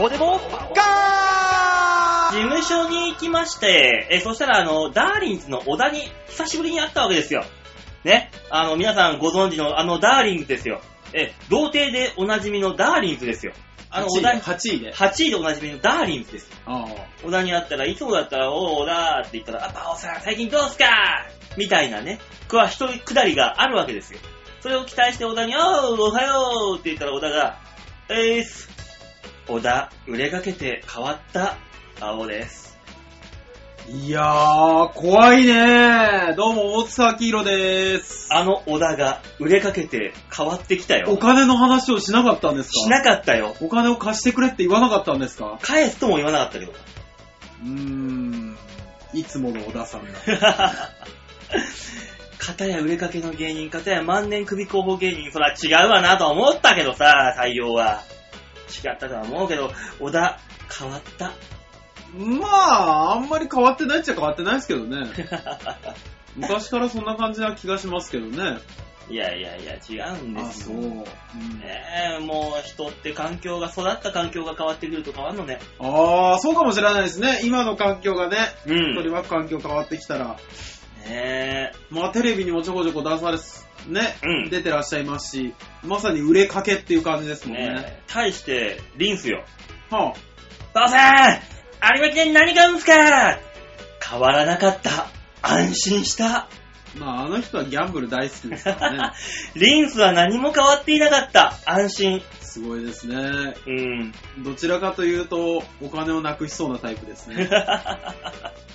こでもガー事務所に行きまして、え、そしたらあの、ダーリンズの小田に久しぶりに会ったわけですよ。ね。あの、皆さんご存知のあのダーリンズですよ。え、童貞でおなじみのダーリンズですよ。あの、 8小位田でに、 8位で。 8位でおなじみのダーリンズです。あ小田に会ったら、いつもだったら、おー、小田って言ったら、あ、パオさん、最近どうすかみたいなね、くわ、一人くだりがあるわけですよ。それを期待して小田に、おー、おはようって言ったら小田が、えーす。小田、売れかけて変わった、青です。ーいやー、怖いねー。どうも、大津明宏でーす。あの小田が、売れかけて変わってきたおよ。金の話をしなかったんですかしなかったよ。お金を貸してくれって言わなかったんですか返すとも言わなかったけど。 うーん、いつもの小田さんだ。片や売れかけの芸人、片や万年首候補芸人、そら違うわなとは思ったけどさ、採用は。違ったとは思うけど、小田、変わった。まあ、あんまり変わってないっちゃ変わってないですけど ね。昔からそんな感じな気がしますけどね。いやいやいや、違うんですよ。うんねえ、もう人って環境が、育った環境が変わってくると変わんのね。ああ、そうかもしれないですね。今の環境がね、う取りん。巻く環境変わってきたら、ねえ、まあテレビにもちょこちょこ出されす、ね、うん出てらっしゃいますし、まさに売れかけっていう感じですもんね。ねえ、対して、リンスよ。はばあさん有馬記念何買うんすか変わらなかった。安心しあ、た。まああの人はギャンブル大好きです からね。リンスは何も変わっていなかった。安心。すごいですね。うん。どちらかというと、お金をなくしそうなタイプです ね。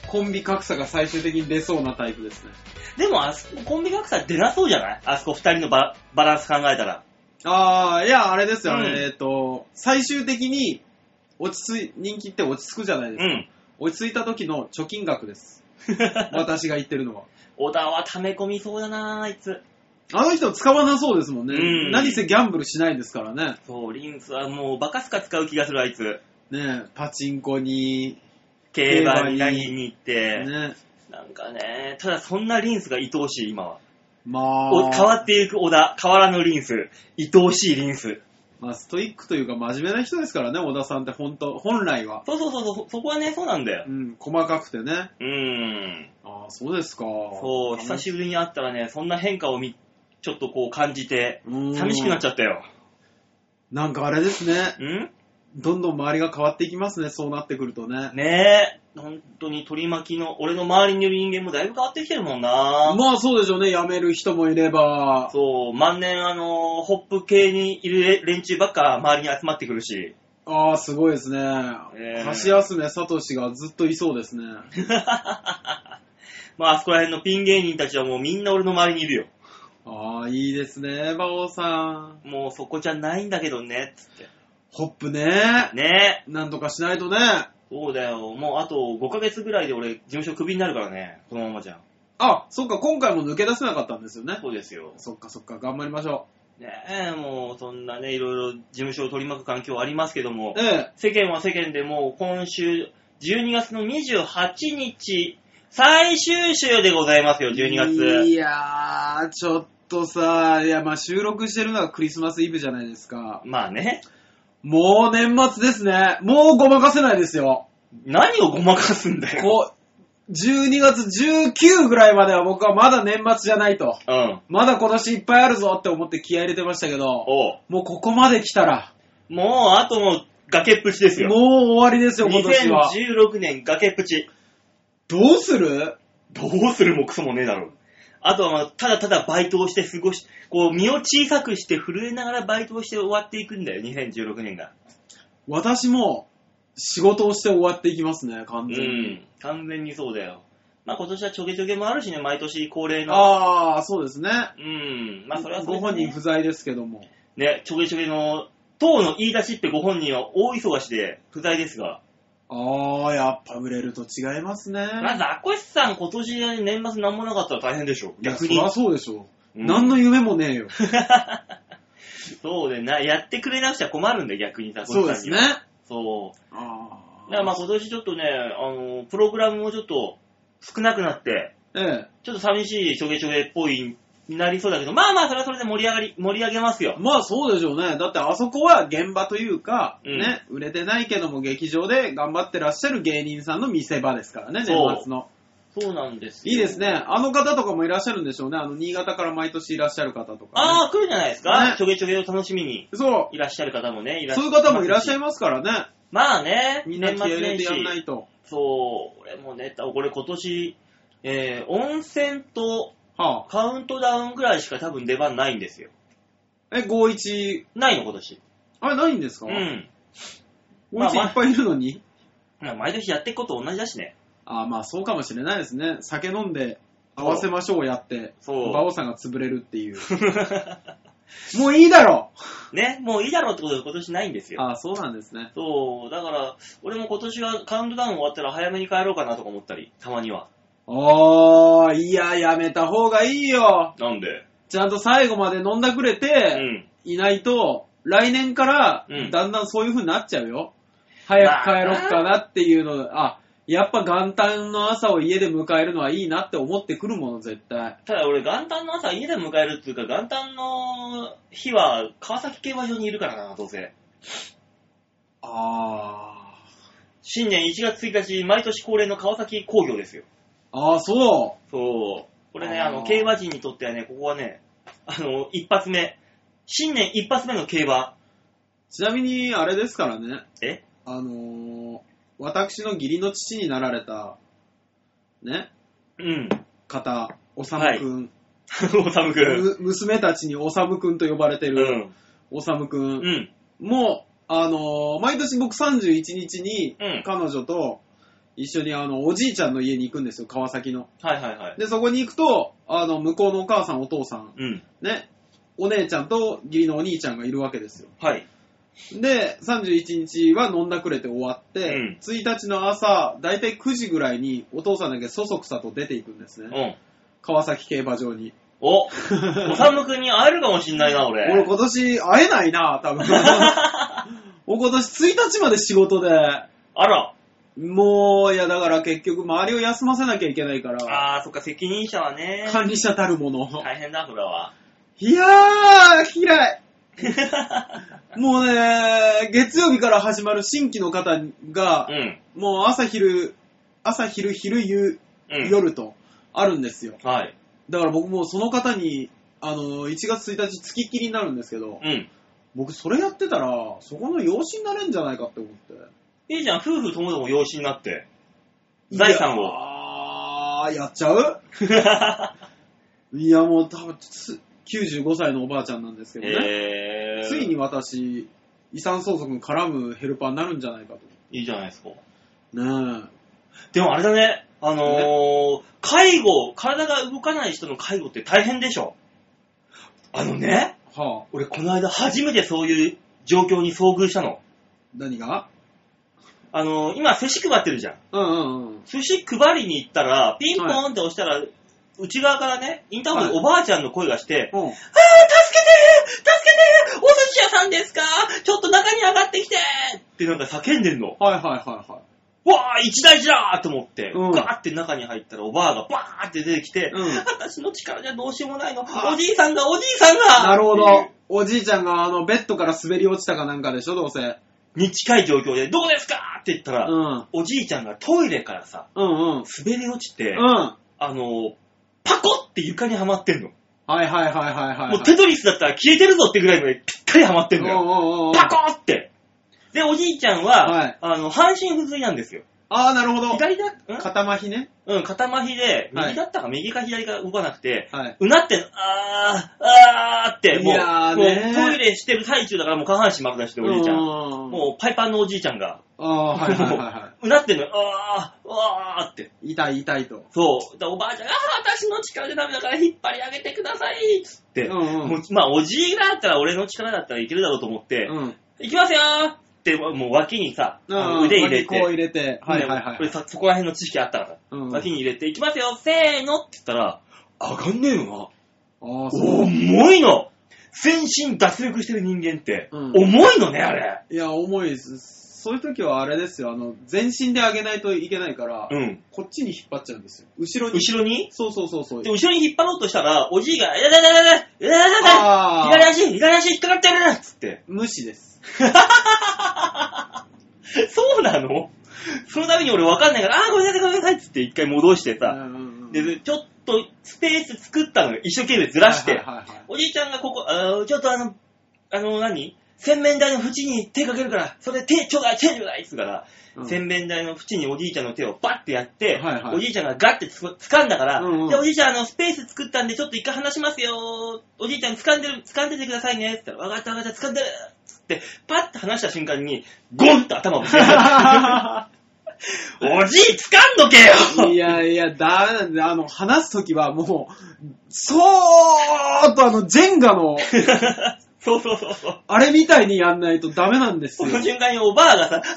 コンビ格差が最終的に出そうなタイプですね。でも、あそこ、コンビ格差出なそうじゃないあそこ二人のババランス考えたら。ああ、いや、あれですよ、うんえっ、と、最終的に、落ち着い、人気って落ち着くじゃないですうか。ん。落ち着いた時の貯金額です。私が言ってるのは。 小田は溜め込みそうだなあいつ。あの人使わなそうですもんね。うん何せギャンブルしないですからね。そう、リンスはもうバカすか使う気がする、あいつ。ねえパチンコに、競馬競馬にに何に行って。ねなんかね、ただそんなリンスが愛おしい、今は。まおあ、変わっていく小田、変わらぬリンス。愛おしいリンス。まあ、ストイックというか真面目な人ですからね、小田さんって本当、本来は。そうそうそうそう、そこはね、そうなんだよう。ん、細かくてね。うーん。ああ、そうですか。そう、久しぶりに会ったらね、そんな変化をみ、ちょっとこう感じて、うん寂しくなっちゃったよ。なんかあれですね。うんどんどん周りが変わっていきますね、そうなってくるとね。ねえ、本当に取り巻きの、俺の周りにいる人間もだいぶ変わってきてるもんな。まあそうでしょうね、辞める人もいれば。そう、万年あの、ホップ系にいる連中ばっか周りに集まってくるし。ああ、すごいですね。え橋休め聡がずっといそうですね。まあ、あそこら辺のピン芸人たちはもうみんな俺の周りにいるよ。ああ、いいですね、馬王さん。もうそこじゃないんだけどね、つって。ホップね。ねえ、なんとかしないとね。そうだよ。もうあと5ヶ月ぐらいで俺、事務所クビになるからね、このままじゃん。あ、そっか、今回も抜け出せなかったんですよね。 そうですよ。そっかそっか、頑張りましょねえ、もうそんなね、いろいろ事務所を取り巻く環境ありますけどもう。、ええ。世間は世間でもう今週、12月の28日、最終週でございますよ、12い月。やー、ちょっとさ、いや、まあ収録してるのはクリスマスイブじゃないですか。まあね、もう年末ですね。もうごまかせないですよ。何をごまかすんだよ。こう、12月19ぐらいまでは僕はまだ年末じゃないと。うん。まだ今年いっぱいあるぞって思って気合い入れてましたけど、おうもうここまで来たら、もう、あともう、崖っぷちですよ。もう終わりですよ、今年は。 2016年崖っぷち。どうするどうするもクソもねえだろ。あとはまあ、ただただバイトをして過ごし、こう、身を小さくして震えながらバイトをして終わっていくんだよ、2016年が。私も仕事をして終わっていきますね、う完全に。ん。完全にそうだよ。まあ今年はちょげちょげもあるしね、毎年恒例の。ああ、そうですね。うん。まあそれはそうごですね本人不在ですけども。ね、ちょげちょげの、当の言い出しってご本人は大忙しで不在ですが、ああ、やっぱ売れると違いますね。まず、アコシさん今年年末なんもなかったら大変でしょ。いや、逆そり。にゃそうでしょ。うん何の夢もねえよ。そうでな、やってくれなくちゃ困るんだよ、逆にさ、そうでアコすシさんにねは。。そう。あだからまあ今年ちょっとね、あの、プログラムもちょっと少なくなって、ええ。ちょっと寂しいちょげちょげっぽいになりそうだけど、まあまあ、それはそれで盛り上がり、盛り上げますよ。まあそうでしょうね。だってあそこは現場というか、うんね、売れてないけども劇場で頑張ってらっしゃる芸人さんの見せ場ですからね、年そう末の。そうなんですよいいですね。。あの方とかもいらっしゃるんでしょうね。あの、新潟から毎年いらっしゃる方とか、ね。ああ、来るんじゃないですか、ねちょげちょげを楽しみにそ。いらっしゃる方もね、いうらっそういう方もいらっしゃいまますからね。す。まあね、みんな年気合い末入れ年てやんな始。いと。そう、俺もね、俺今年、えー、温泉とはカウントダウンぐらいしか多分出番ないんですよ。あ。え、51、ないの今年。あれないんですか、うん。 ?51 いっぱいいるのに、まあ毎年やっていくこと同じだしね。あ、あまあそうかもしれないですね。酒飲んで合わせましょうやって、そう。馬王さんが潰れるって いう。もういいだろね、もういいだろうってことで今年ないんですよ。ああ、そうなんですね。そう、だから、俺も今年はカウントダウン終わったら早めに帰ろうかなとか思ったり、たまには。ああ、いや、やめた方がいいよ。なんでちゃんと最後まで飲んだくれうて、ん。いないと、来年からうん、だんだんそういう風になっちゃうよ。早く帰ろっかなっていうの、あ、やっぱ元旦の朝を家で迎えるのはいいなって思ってくるもの、絶対。ただ俺、元旦の朝家で迎えるっていうか、元旦の日は川崎競馬場にいるからな、どうせ。あ新年1月1日、毎年恒例の川崎工業ですよ。あ。ああ、そそう。これね、あーあの、競馬人にとってはね、ここはね、あの、一発目。新年一発目の競馬。う。ちなみに、あれですからね。えあのー、私の義理の父になられた、ね、うん。 方、おさむくん。おさむくん。む娘たちにおさむくんと呼ばれてうる、ん。おさむくうんん。も、あのー毎年僕31日にうん、彼女と一緒にあの、おじいちゃんの家に行くんですよ、川崎の。はいはいはい。で、そこに行くと、あの、向こうのお母さん、お父さん、うん。ね、お姉ちゃんと義理のお兄ちゃんがいるわけですよ。はい。で、31日は飲んだくれて終わって、うん1日の朝、だいたい9時ぐらいにお父さんだけそそくさと出ていくんですうね。ん。川崎競馬場 に。お、おさむくんに会えるかもしんない な、俺。俺今年会えないな、多 分。俺今年1日まで仕事で、あら。もう、いやだから結局周りを休ませなきゃいけないから、あー、そっか、責任者はね。管理者たるもの。大変だ、それ は。いやー、嫌い。もうね、月曜日から始まる新規の方がう、ん。もう朝昼、朝昼昼夕、うん。夜とあるんですよ。はい。だから僕もうその方に、あの、1月1日月切りになるんですけど、うん。僕それやってたら、そこの養子になれんじゃないかって思って。いいじゃん、夫婦ともども養子になって。財産をああ、やっちゃう へいや、もう多分つ95歳のおばあちゃんなんですけどね。 えー。ついに私、遺産相続に絡むヘルパーになるんじゃないかいいじゃないですか。と。ねでもあれだね、あのー、介護、体が動かない人の介護って大変でしょ。あのね、え。はあ、俺この間初めてそういう状況に遭遇したの。何があのー、今寿司配ってるじゃん。うんうんうん。寿司配りに行ったら、ピンポーンって押したら、内側からね、インターホンでおばあちゃんの声がして、うん。あー、助けて助けてお寿司屋さんですかちょっと中に上がってきてってなんか叫んでんの。はいはいはいはわー、一大事だーと思って、うんガーって中に入ったらおばあがバーって出てきて、うん私の力じゃどうしようもないの。あおじいさんが、おじいさんい。がなるほっていどう。おじいちゃんがあの、ベッドから滑り落ちたかなんかでしょ、どうせ。うん。に近い状況で、どうですかって言ったら、うんおじいちゃんがトイレからさ、うん。滑り落ちて、うん。はいあのー、パコって床にはまってんの。はいはいはいはいはい。もうテトリスだったら消えてるぞってぐらいまでぴったりはまってんのよ。うんうんうん。パコってで、おじいちゃんは、はいあの、半身不随なんですよ。ああ、なるほど。左だ、ん肩麻痺ね。うん、肩麻痺で、はい右だったか右か左か動かなくて、はい。うなってんの、あー、あーって、もう、いやーもうねートイレしてる最中だからもう下半身丸出しでおじいちゃん。もう。もうパイパンのおじいちゃんが、ああ、はいはいはいはうなってんのよ、あー、あーって。い。痛い痛いと。そう。だからおばあちゃんが、あー、私の力じゃダメだから引っ張り上げてくださいっつって、うんうんもうまあ、おじいだったら俺の力だったらいけるだろうと思って、うん。いきますよーって、もう脇にさ、あのうん腕入れてこう、入れて。はいはいはこれい。さそこら辺の知識あったからさ、うん脇に入れて、いきますよ、せーのって言ったら、上がんねえのな。ああ、そう。重いの全身脱力してる人間って、うん重いのね、あれ。いや、重いです。そういう時はあれですよ、あの、全身で上げないといけないから、うん。こっちに引っ張っちゃうんですよ。後ろに。後ろにそうそうそうそうで、。後ろに引っ張ろうとしたら、おじいが、いやいやいやいやいやいやいやいやあ左あ、足、左足引っかかってるっつって。 無視です。そうなのそのために俺わかんないから、あーごめんなさいごめんなさいっつって一回戻してさ、うんうんうんで、ちょっとスペース作ったのよ。一生懸命ずらして。はいはいはいはいおじいちゃんがここ、あーちょっとあの、あの何洗面台の縁に手かけるから、それ手ちょうだい、手ちょうだいっつうから、うん 洗面台の縁におじいちゃんの手をバッてやって、はいはいおじいちゃんがガッてつ掴んだから、うんうんで、おじいちゃんあの、スペース作ったんでちょっと一回話しますよおじいちゃん掴んでる、掴んでてくださいねっつったら、わかったわかった、掴んでるっつって、パッて話した瞬間に、ゴンって頭をぶつけたおじい掴んどけよいやいや、だ、あの、話すときはもう、そーっとあの、ジェンガの、そうそうそうそう。あれみたいにやんないとダメなんですそ よ。の瞬間におばあがさ、ああ、おじ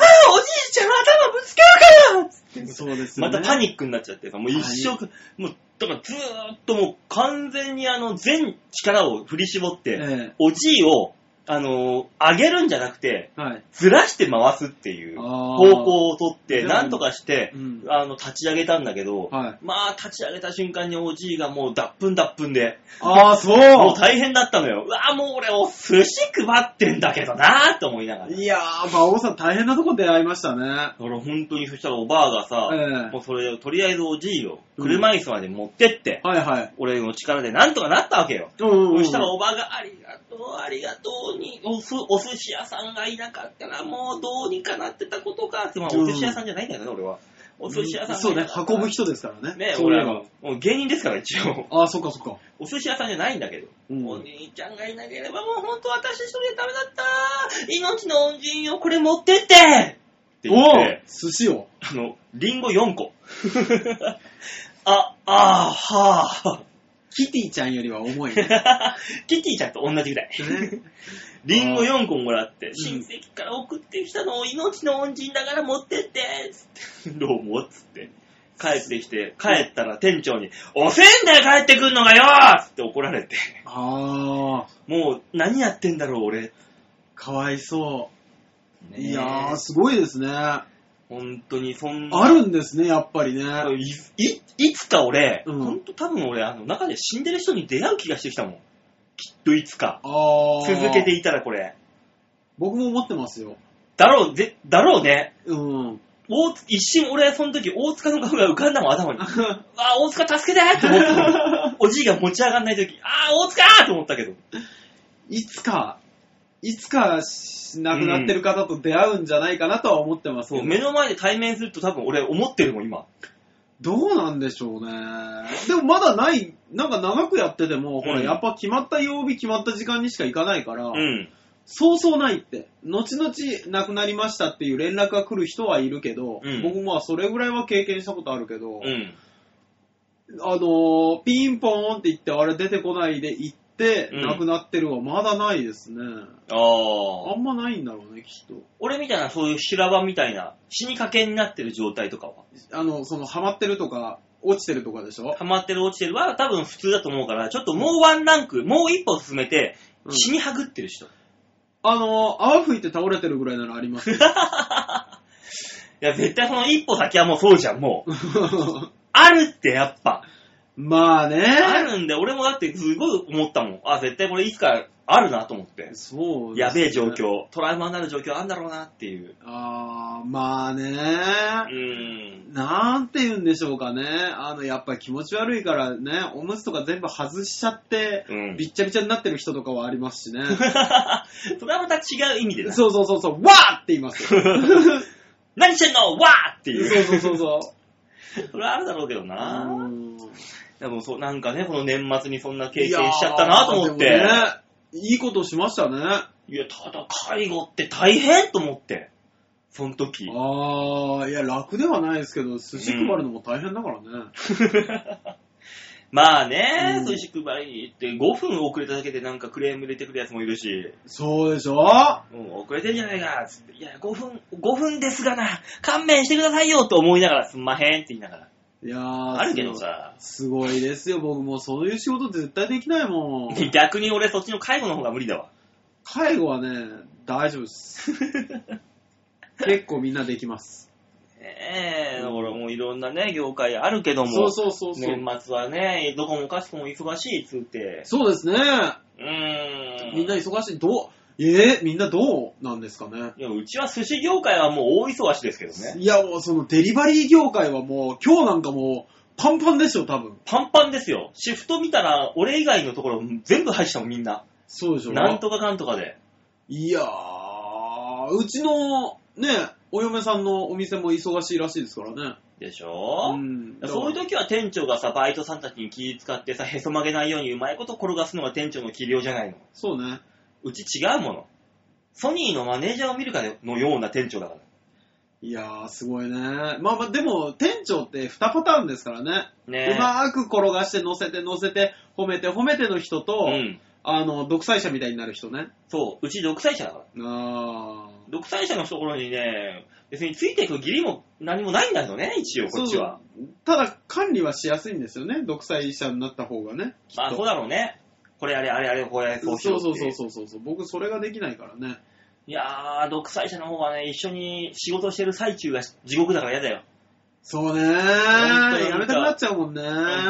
いちゃん頭ぶつけるからっつってそうですよまね。たパニックになっちゃってさ、もう一生、もう、だからずーっともう完全にあの、全力を振り絞って、えおじいを、あのー上げるんじゃなくて、えはい。ずらして回すっていうあー方向をとっでて、もなんとかして、うんあの、立ち上げたんだけど、はい。まあ、立ち上げた瞬間におじいがもう脱粉脱粉で、ああ、そう。もう大変だったのよ。うわーもう俺お寿司配ってんだけどなーって思いながら。いやー、馬王さん大変なとこ出会いましたね。俺本当にそしたらおばあがさ、ええもうそれをとりあえずおじいを車椅子まで持ってって、はいはい。俺の力でなんとかなったわけよ。うんうんうんそしたらおばあが、ありがとう、ありがとうに、おすお寿司屋さんがいなかったらもうどうにかなってたことかって、まあうんお寿司屋さんじゃないんだけどね、俺は。お寿司屋さんがそういなねか、ったら運ぶ人ですからね。ね、そうい俺えばはもう芸人ですから一応。ああ、そっかそっか。お寿司屋さんじゃないんだけど、うんお兄ちゃんがいなければもう本当私一人でダメだった命の恩人よ、これ持ってってって言っおてう、寿司を。あの、リンゴ4個。 あ、あー、はキティちゃんよりは重いね。あ。 キティちゃんと同じぐらい。ねリンゴ4個もらって、ん親戚から送ってきたのを命の恩人だから持ってって、 つって、どうも、つって。帰ってきて、帰ったら店長に、遅えんだよ帰ってくんのがよつって怒られて、 ああ、もう何やってんだろう俺。かわいそう。いやー、ー、すごいですね。あ本当にそんな。るんですね、やっぱりね。いいいつか俺、うんほんと多分俺、あの中で死んでる人に出会う気がしてきたもん。きっといつか。ああ。続けていたらこれ。僕も思ってますよ。だろう、ぜ、だろうね。うん。 大津一瞬俺、その時、大塚の顔が浮かんだもん、頭 に。あ、大塚助けてって思ったも んおじいが持ち上がんない時、あー、大塚ーと思ったけど。いつか、いつかし亡くなってる方と出会うんじゃないかなとは思ってますけど、そう、目の前で対面すると多分俺思ってるもん、今。どうなんでしょうね。でもまだない、なんか長くやってても、ほうら、んやっぱ決まった曜日、決まった時間にしか行かないから、うん。そうそうないって。後々亡くなりましたっていう連絡が来る人はいるけど、うん僕もまあそれぐらいは経験したことあるけど、うん。あのーピンポーンって言って、あれ出てこないで行って、うん亡くなってるはまだないですね。あーあ。んまないんだろうね、きっと。俺みたいな、そういう修羅場みたいな、死にかけになってる状態とかは。あの、その、ハマってるとか、落ちてるとかでしょハマってる落ちてるは多分普通だと思うから、ちょっともうワンランク、もう一歩進めて、うん死にはぐってる人。いあの、泡吹いて倒れてるぐらいならあり ますよ。や、絶対その一歩先はもうそうじゃん、もう。あるってやっ ぱ。まあね。あるんで、俺もだってすごい思ったもん。あ、絶対これいつかあるなと思って。そうですねやべえ状。況、トラウマになる状況あんだろうなっていう。あー、まあうね。ーん。なんて言うんでしょうかね。あの、やっぱり気持ち悪いからね、おむつとか全部外しちゃって、うん。びっちゃびちゃになってる人とかはありますし ね。それはまた違う意味でな。そうそうそうそう、わーって言いますよ。何してんのわーっていう。そうそうそうそう。そ れはあるだろうけどな。うんでもそう、なんかね、この年末にそんな経験しちゃったなと思っいてや。ーでもね、いいことしましたね。あいや、ただ介護って大変と思って。その時。ー、いや、楽ではないですけど、寿司配るのも大変だからね。まあね、うん寿司配りに行って5分遅れただけでなんかクレーム入れてくるやつもいるし、そうでしょもう遅れてんじゃないか、つって。いや、5分、5分ですがな、勘弁してくださいよと思いながらすんまへんって言いながら。いやーあるけどさ、すごいすごいですよ、僕もうそういう仕事絶対できないもん。 逆に俺そっちの介護の方が無理だわ。介護はね、大丈夫です。結構みんなできます。 ねえ、だからもういろんなね、業界あるけども、そうそうそうそう。年末はね、どこもかしこも忙しいっつって、そうですね。うーん。みんな忙しい。どう、えー、みんなどうなんですかね。いや、うちは寿司業界はもう大忙しですけどね。いや、もうそのデリバリー業界はもう、今日なんかもう、パンパンですよ、多分。パンパンですよ。シフト見たら、俺以外のところ全部入っちゃうもんみんな。そうでしょ。なんとかかんとかで。いやー、うちの、ね、お嫁さんのお店も忙しいらしいですからね。でしょ、んそういう時は店長がさ、バイトさんたちに気使ってさ、へそ曲げないようにうまいこと転がすのが店長の器量じゃないの。そうね。うち違うもの。ソニーのマネージャーを見るかのような店長だから。いやー、すごいね。まあまあ、でも、店長って2パターンですからね。ねえうまーく転がして、乗せて、乗せて、褒めて、褒めての人と、うん。あの、独裁者みたいになる人ね。そう、うち独裁者だから。あ独裁者のところにね、別についていく義理も何もないんだけどね、一応ー。こっちは。そうそう。ただ、管理はしやすいんですよね。独裁者になった方がね。まあそうだろうね。これあれあれあれ、こうやれ、こそううしよそううっていそうそうそうそう。僕、それができないからね。いやー、独裁者の方はね、一緒に仕事してる最中が地獄だから嫌だよ。そうね当にー。やめたくなっちゃうもんね。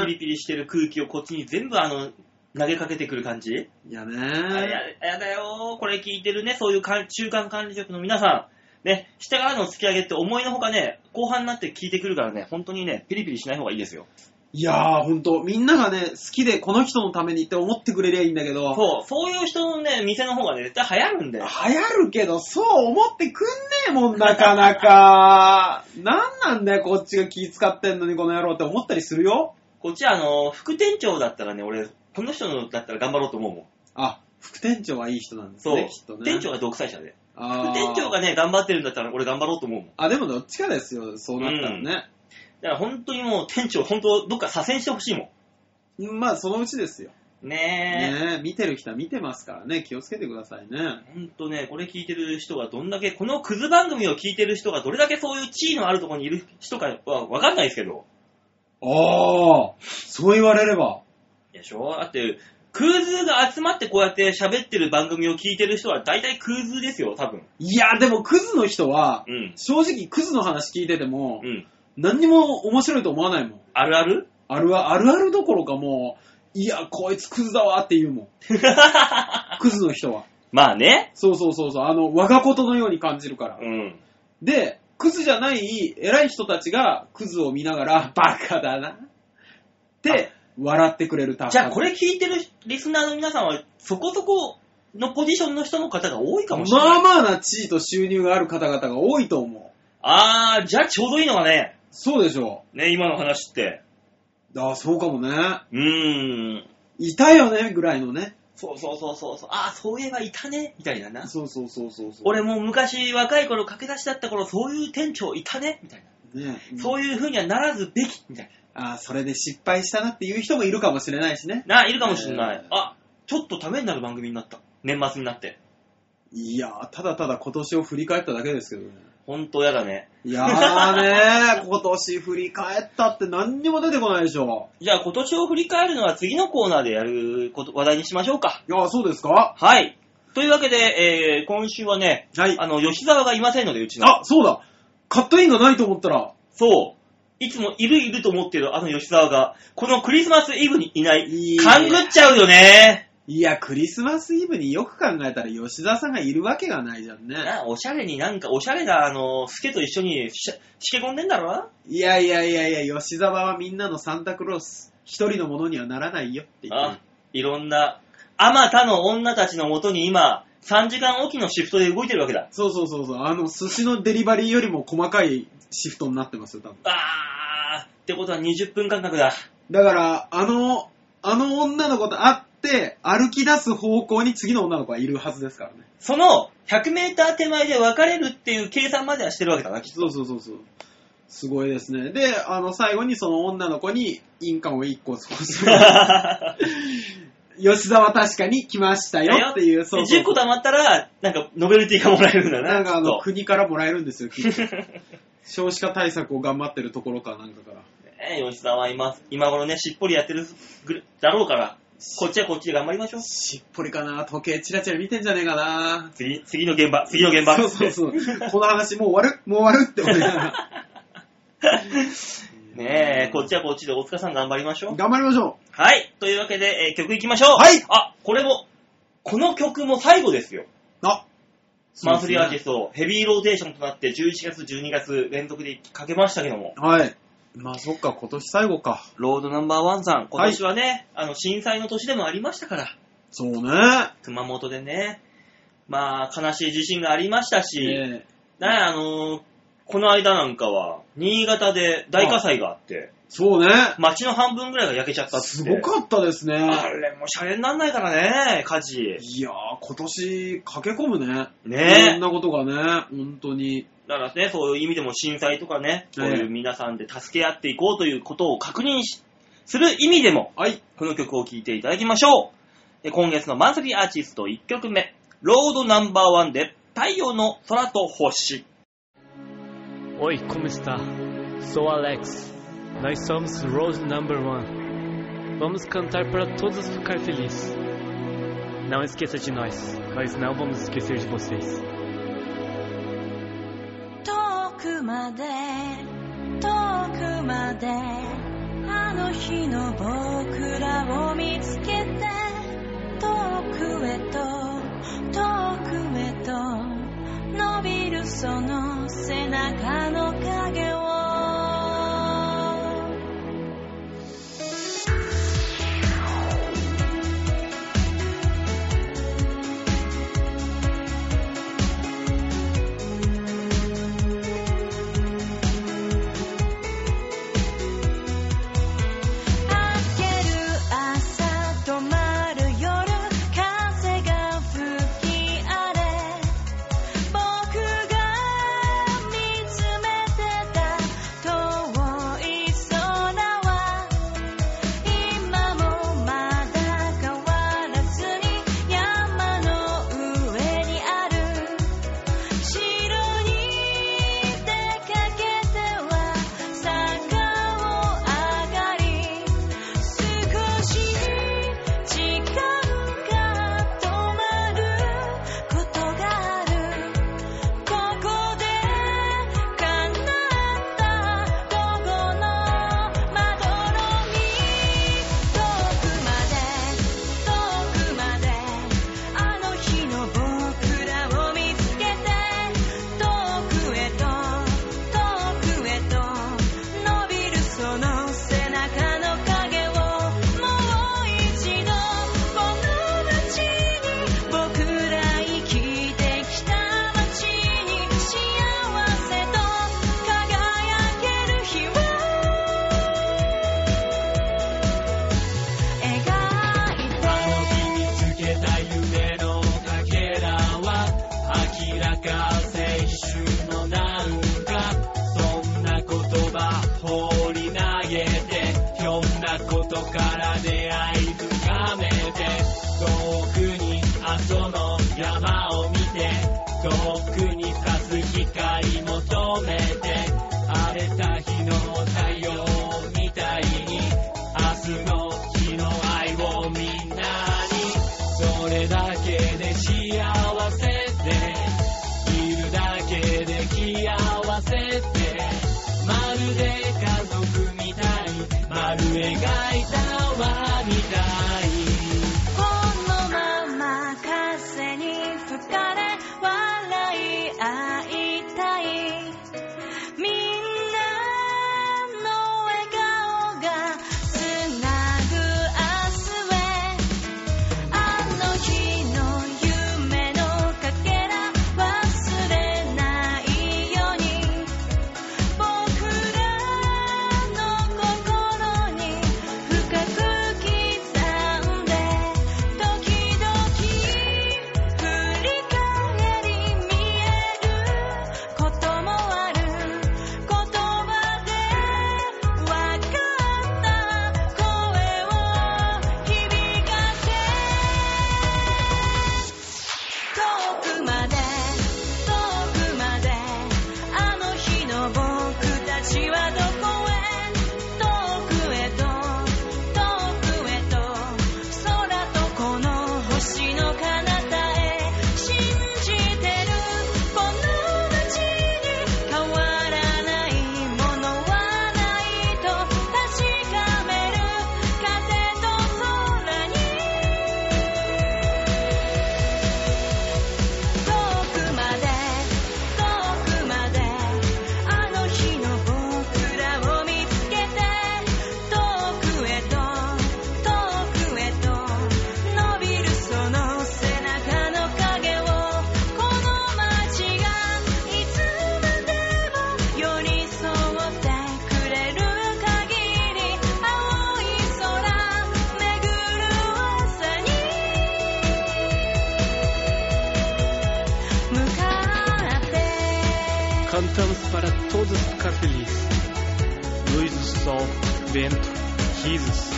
ピリピリしてる空気をこっちに全部あの、投げかけてくる感じ、いやあやねやだよー、これ聞いてるね、そういうか中間管理職の皆さん。ね、下からの突き上げって思いのほかね、後半になって聞いてくるからね、本当にね、ピリピリしない方がいいですよ。いやー、ほんと、みんながね、好きでこの人のためにって思ってくれりゃいいんだけど、そう、そういう人のね、店の方がね、絶対流行るんだよ。流行るけど、そう思ってくんねえもん、なかなか。 なんなんだよ、こっちが気使ってんのに、この野郎って思ったりするよ。こっちあの、副店長だったらね、俺、この人のだったら頑張ろうと思うもん。あ、副店長はいい人なんですそう、ね、きっとね。店長が独裁者で。あ副ー店長がね、頑張ってるんだったら俺頑張ろうと思うもん。あ、でもどっちかですよ、そうなったらね。だから本当にもう店長、本当どっか左遷してほしいもまあ、そのうちですよ。ん。ねねえ、見てる人は見てますからね、気をつけてくださいねえ。。ほんとね、これ聞いてる人がどんだけ、このクズ番組を聞いてる人がどれだけそういう地位のあるところにいる人かはわかんないですけど。ああ、そう言われれば。でしょだって、クズが集まってこうやって喋ってる番組を聞いてる人は大体クズですよ、多分。いや、でもクズの人は、うん。正直クズの話聞いてても、うん。何にも面白いと思わないもん。あるあるあるああるあるどころかもう、いや、こいつクズだわって言うも ん。クズの人は。まあね。そうそうそうそう、あの、我がことのように感じるから。うん。で、クズじゃない偉い人たちがクズを見ながら、バカだな。って、笑ってくれるタイプ。じゃあこれ聞いてるリスナーの皆さんはそこそこのポジションの人の方が多いかもしれない。まあまあな地位と収入がある方々が多いと思う。あー、じゃあちょうどいいのがね、そうでしょね、今の話って。う。ああ、そうかもね。うーん。いたよね、ぐらいのね。そうそうそうそうそう。あー、そういえばいたね、みたいなな。そうそうそうそうそう。俺も昔若い頃駆け出しだった頃そういう店長いたね、みたいな。ね、そういう風にはならずべき、みたいあーそれで失敗したなっていう人もいるかもしれないしね。な。な、いるかもしれない。えーあ、ちょっとためになる番組になった。年末になって。いやー、ただただ今年を振り返っただけですけどね。ほんとやだね。いやーねー、今年振り返ったって何にも出てこないでしょ。じゃあ今年を振り返るのは次のコーナーでやること話題にしましょうか。いやー、そうですかはい。というわけで、えー、今週はね、はい。あの、吉沢がいませんので、うちの。あ、そうだカットインがないと思ったら、そう。いつもいるいると思ってるあの吉沢が、このクリスマスイブにいないい。や勘ぐっちゃうよね。いや、クリスマスイブによく考えたら吉田さんがいるわけがないじゃんね。なおしゃれになんか、おしゃれな、あの、スケと一緒にししけ込んでんだろないやいやいやいや、吉沢はみんなのサンタクロース。一人のものにはならないよって言ってるあ、いろんな、あまたの女たちのもとに今、3時間おきのシフトで動いてるわけだ。そうそうそうそう。あの、寿司のデリバリーよりも細かいシフトになってますよ、多分。あー、ってことは20分間隔だ。だから、あの、あの女の子と会って、歩き出す方向に次の女の子はいるはずですからね。その、100メーター手前で別れるっていう計算まではしてるわけだな、きっとそうそうそうそう。すごいですね。で、あの、最後にその女の子に印鑑を1個少し。 吉田は確かに来ましたよっていう、そうそう10個貯まったら、なんか、ノベルティがもらえるんだな。なんかあの、きっ国からもらえるんですよ、きっ と少子化対策を頑張ってるところかなんかから。とね吉沢は今、今頃ね、しっぽりやってるぐらだろうから、こっちはこっちで頑張りましょう。しっぽりかな時計チラチラ見てんじゃねえかな次、次の現場、次の現場。そうそうそう。この話もう終わるもう終わるって思いながらねえ、こっちはこっちで大塚さん頑張りましょう。頑張りましょはい。というわけで、えー曲行きましょう。はいあ、これも、この曲も最後ですよ。うあマンスリーアーティスト、ヘビーローテーションとなって、11月、12月連続でかけましたけども。はい。まあそっか、今年最後か。ロードナンバーワンさん、今年はね、あの、震災の年でもありましたから、そうね。熊本でね、まあ、悲しい地震がありましたし、ねええあのーこの間なんかは、新潟で大火災があって、そうね。街の半分ぐらいが焼けちゃったっつすって。ごかったですね。あれ、もうシャレになんないからね、火事。いやー、今年駆け込むね。いろねんなことがね、本当に。だからね、そういう意味でも震災とかね、えそえういう皆さんで助け合っていこうということを確認し、する意味でも、はい。この曲を聴いていただきましょう。え今月のマンスリーアーティスト1曲目、ロードナンバーワンで、太陽の空と星。 Oi, como está? Sou Alex. Nós somos Road Number One. Vamos cantar para todos ficar felizes. Não esqueça de nós. Nós não vamos esquecer de vocês. 遠くまで遠くまであの日の僕らを見つけて遠くへと遠くへと伸びるその背中の影を明ける朝止まる夜風が吹き荒れ僕が見つめてた遠い空は今もまだ変わらずに山の上にある白に出かけては坂を上がり少し時間が止まることがあるここで叶った午後のまどろみ遠くまで遠くまであの日の僕らを見つけて遠くへと遠くへと伸びるその背中の影をもう一度この街に僕ら生きてきた街に幸せと輝ける日を描いてつけた夢のかけらは明らか青春のなんかそんな言葉放り投げてひょんなことから出会いつかめて遠くに阿蘇の山を見て遠くに差す光求めて荒れた日の太陽みたいに明日の日の愛をみんなにそれだけで幸せでいるだけで幸せでまるで家族みたい丸描いた輪みたいこのまま風に吹かれ笑い合いたいみんなの笑顔がつなぐ明日へあの日の夢のかけら忘れないように僕らの心に深く刻 todos ficar felizes. Luz do sol, vento, risos.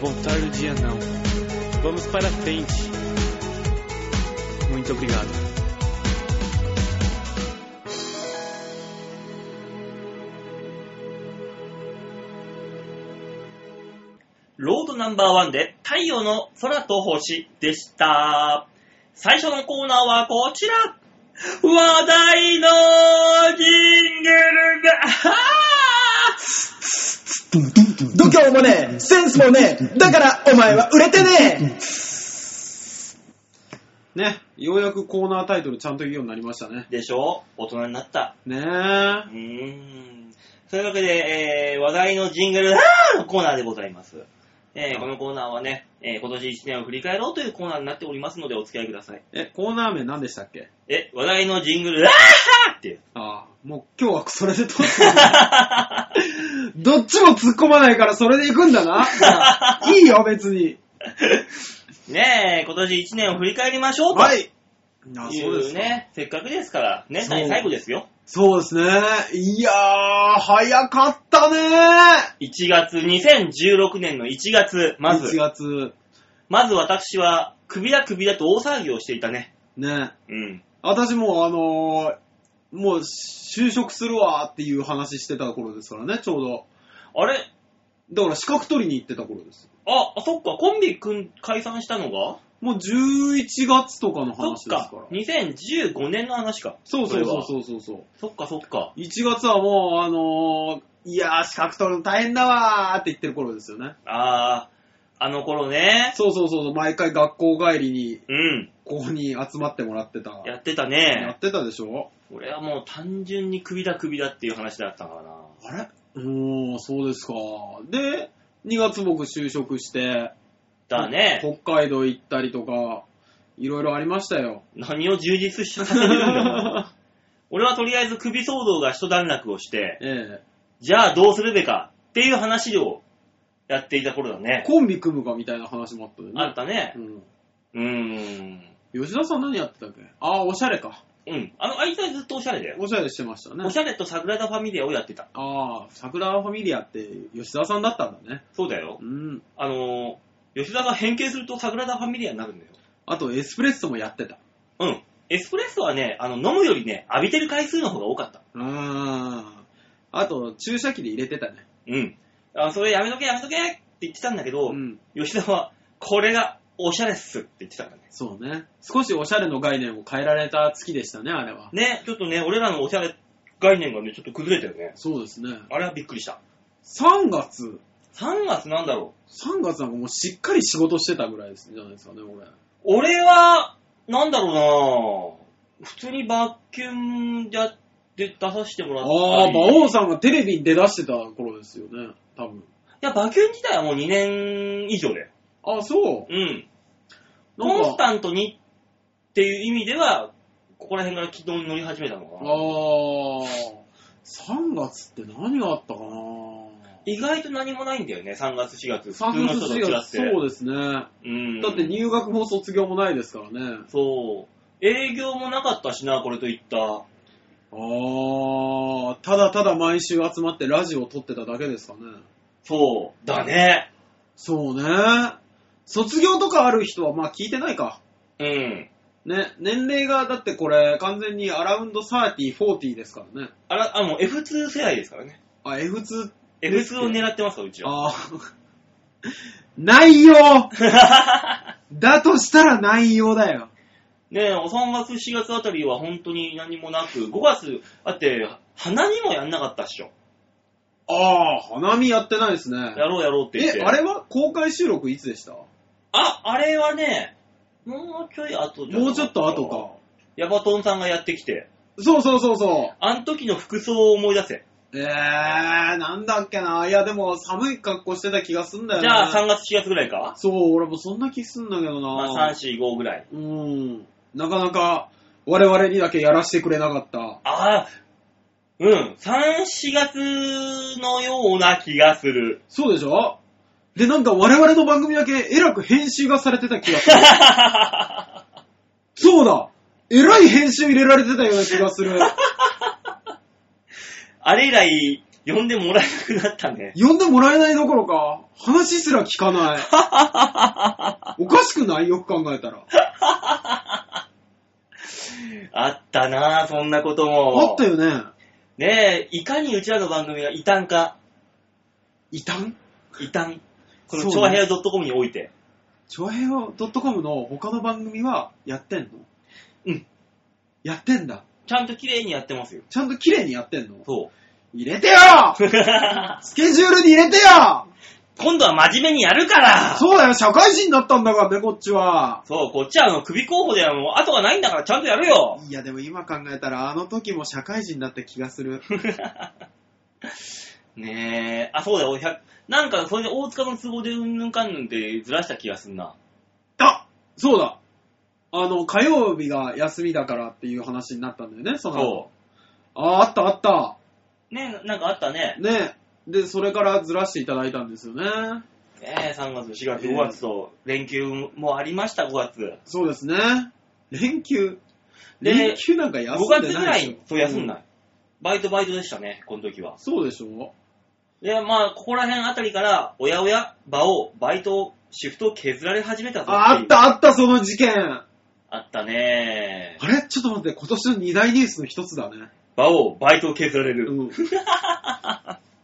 Voltar o dia não. Vamos para frente. Muito obrigado. ロードナンバーワンで太陽の空と星でした。最初のコーナーはこちら話題のジングルだ度胸もねえ、センスもねえ、だからお前は売れてねね、ようやくコーナータイトルちゃんと言うようになりましたね。でしょ大人になった。ねうえ。ーん。というわけで、えー、話題のジングルだのコーナーでございます。えー、このコーナーはね、えー、今年1年を振り返ろうというコーナーになっておりますのでお付き合いください。え、コーナー名何でしたっけえ、話題のジングルだっていう。 ああ、もう今日はそれで撮ってるどっちも突っ込まないからそれで行くんだ な。いいよ、別に。ねえ、今年1年を振り返りましょうと。はい。あいそうですうね。ね、せっかくですから、年内そう最後ですよ。そうですね。いやー、早かったね1月、2016年の1月、ま1ず、月。まず私は、首だ首だと大騒ぎをしていたね。ね。うん。私もうあのー、もう就職するわーっていう話してた頃ですからね、ちょうど。あれだから資格取りに行ってた頃です。あ、あそっか、コンビ組ん解散したのがもう11月とかのそ話でっすからか。、2015年の話か。そうそうそうう。そうそうそう。そっかそっか。 1月はもう、あのー、いやー、資格取るの大変だわーって言ってる頃ですよね。あー、あの頃ね。そうそうそうそう、毎回学校帰りに、うん。ここに集まってもらってた。やってたやねっ。てたでしょ俺はもう単純に首だ首だっていう話だったからな。あれうーん、そうですか。で、2月僕就職して、だね。北海道行ったりとか、いろいろありました よ。何を充実しちゃってるんだ もん俺はとりあえず首騒動が一段落をして、えじゃあどうするべかっていう話をやっていた頃だえね。コンビ組むかみたいな話もあったよね。あったねう。ん。うーん。吉田さん何やってたっけああ、おしゃれか。うん。あの、あいつはずっとおしゃれだよ。おしゃれしてましたねお。しゃれと桜田ファミリアをやってた。ああ、桜ファミリアって吉田さんだったんだね。そうだよう。ん。あのー、吉田が変形すると桜田ファミリアになるんだよ。あと、エスプレッソもやってた。うん。エスプレッソはね、あの、飲むよりね、浴びてる回数の方が多かった。うーん。あと、注射器で入れてたね。うん。あそれやめとけやめとけって言ってたんだけど、うん。吉田は、これがおしゃれっすって言ってたんだね。そうね。少しおしゃれの概念を変えられた月でしたね、あれは。ね、ちょっとね、俺らのおしゃれ概念がね、ちょっと崩れたよね。そうですね。あれはびっくりした。 3月、 3月なんだろ3月なんかもうしっかり仕事してたぐらいですじゃないですかね、俺。う。俺は、なんだろうなぁ。普通にバッキュンやって出させてもらったり。ああ、馬い王さんがテレビに出だしてた頃ですよね、多分。や、バッキュン自体はもう2年以上だよ。ああ、そうん。う。コなンんスか、あタントにっていう意味では、ここら辺から軌道に乗り始めたのかあな。ー、3月って何があったかな意外と何もないんだよね、3月、4月。普通3の人月と4違月、って。そうですね。うん。だって入学も卒業もないですからね。そう。営業もなかったしな、これといった。ああ、ただただ毎週集まってラジオを撮ってただけですかね。そう。だね。そうね。卒業とかある人はまあ聞いてないか。うん。ね、年齢がだってこれ完全にアラウンド30、40ですからね。あら、あの、F2 世代ですからね。あ、F2、 F2 を狙ってますよ、うちは。あー 内 容だとしたら内容だよ。ねえ、お3月、4月あたりは本当に何もなく、5月、だって、花にもやんなかったっしょ。ああ、花見やってないですね。やろうやろうって言って。え、あれは公開収録いつでしたもあ、あれはね、もうちょい後じゃなうちょっと後。か。ヤバトンさんがやってきて、そうそうそうそう。あの時の服装を思い出せ。えー、なんだっけな。いや、でも寒い格好してた気がすんだよじね。ゃあ3月、4月ぐらいかそう、俺もそんな気すんだけどな。まあ3、4、5ぐらい。うん。なかなか、我々にだけやらせてくれなかった。ああ、うん、3、4月のような気がする。そうでしょで、なんか我々の番組だけ、えらく編集がされてた気がす る。そうだえらい編集入れられてたような気がする。あれ以来、呼んでもらえなくなったね。呼んでもらえないどころか、話すら聞かない。 おかしくないよく考えたら。あったなぁ、そんなことも。あったよね。ねえ、いかにうちらの番組が異端か。異端異端。こそのうね超平洋 .com において。長平洋 .com の他の番組はやってんのうん。やってんだ。ちゃんと綺麗にやってますよ。ちゃんと綺麗にやってんのそう。 入れてよ今スケジュールに入れて よ度は真面目にやるからそうそうだよ、社会人だったんだからね、こっちは。こっちはあの首候補ではもう後がないんだからちゃんとやるよ いや、でも今考えたら、あの時も社会人だった気がする。ねえ、あ、そうだよ、100なんかそれで大塚の都合でうんぬんかんぬんってずらした気がすんな。 あそうだあの、火曜日が休みだからっていう話になったんだよね、その後。そああ、あったあった。う。ねえ、なんかあったね。ね。で、それからずらしていただいたんですよね。ねえ、3月、4月、5月と連休もありました、5月。そうですね。連休。で連休なんか休5ん月でないでしょ。ぐらいと休んだ、うバイトバイトでしたね、この時は。そうでしょで、まあ、ここら辺あたりから、おやおや、場を、バイト、シフトを削られ始めたぞていうああったあった、その事件。ああったねれちょっと待って、今年の二大ニュースの一つだね。場を、バイトを削られる。 うん。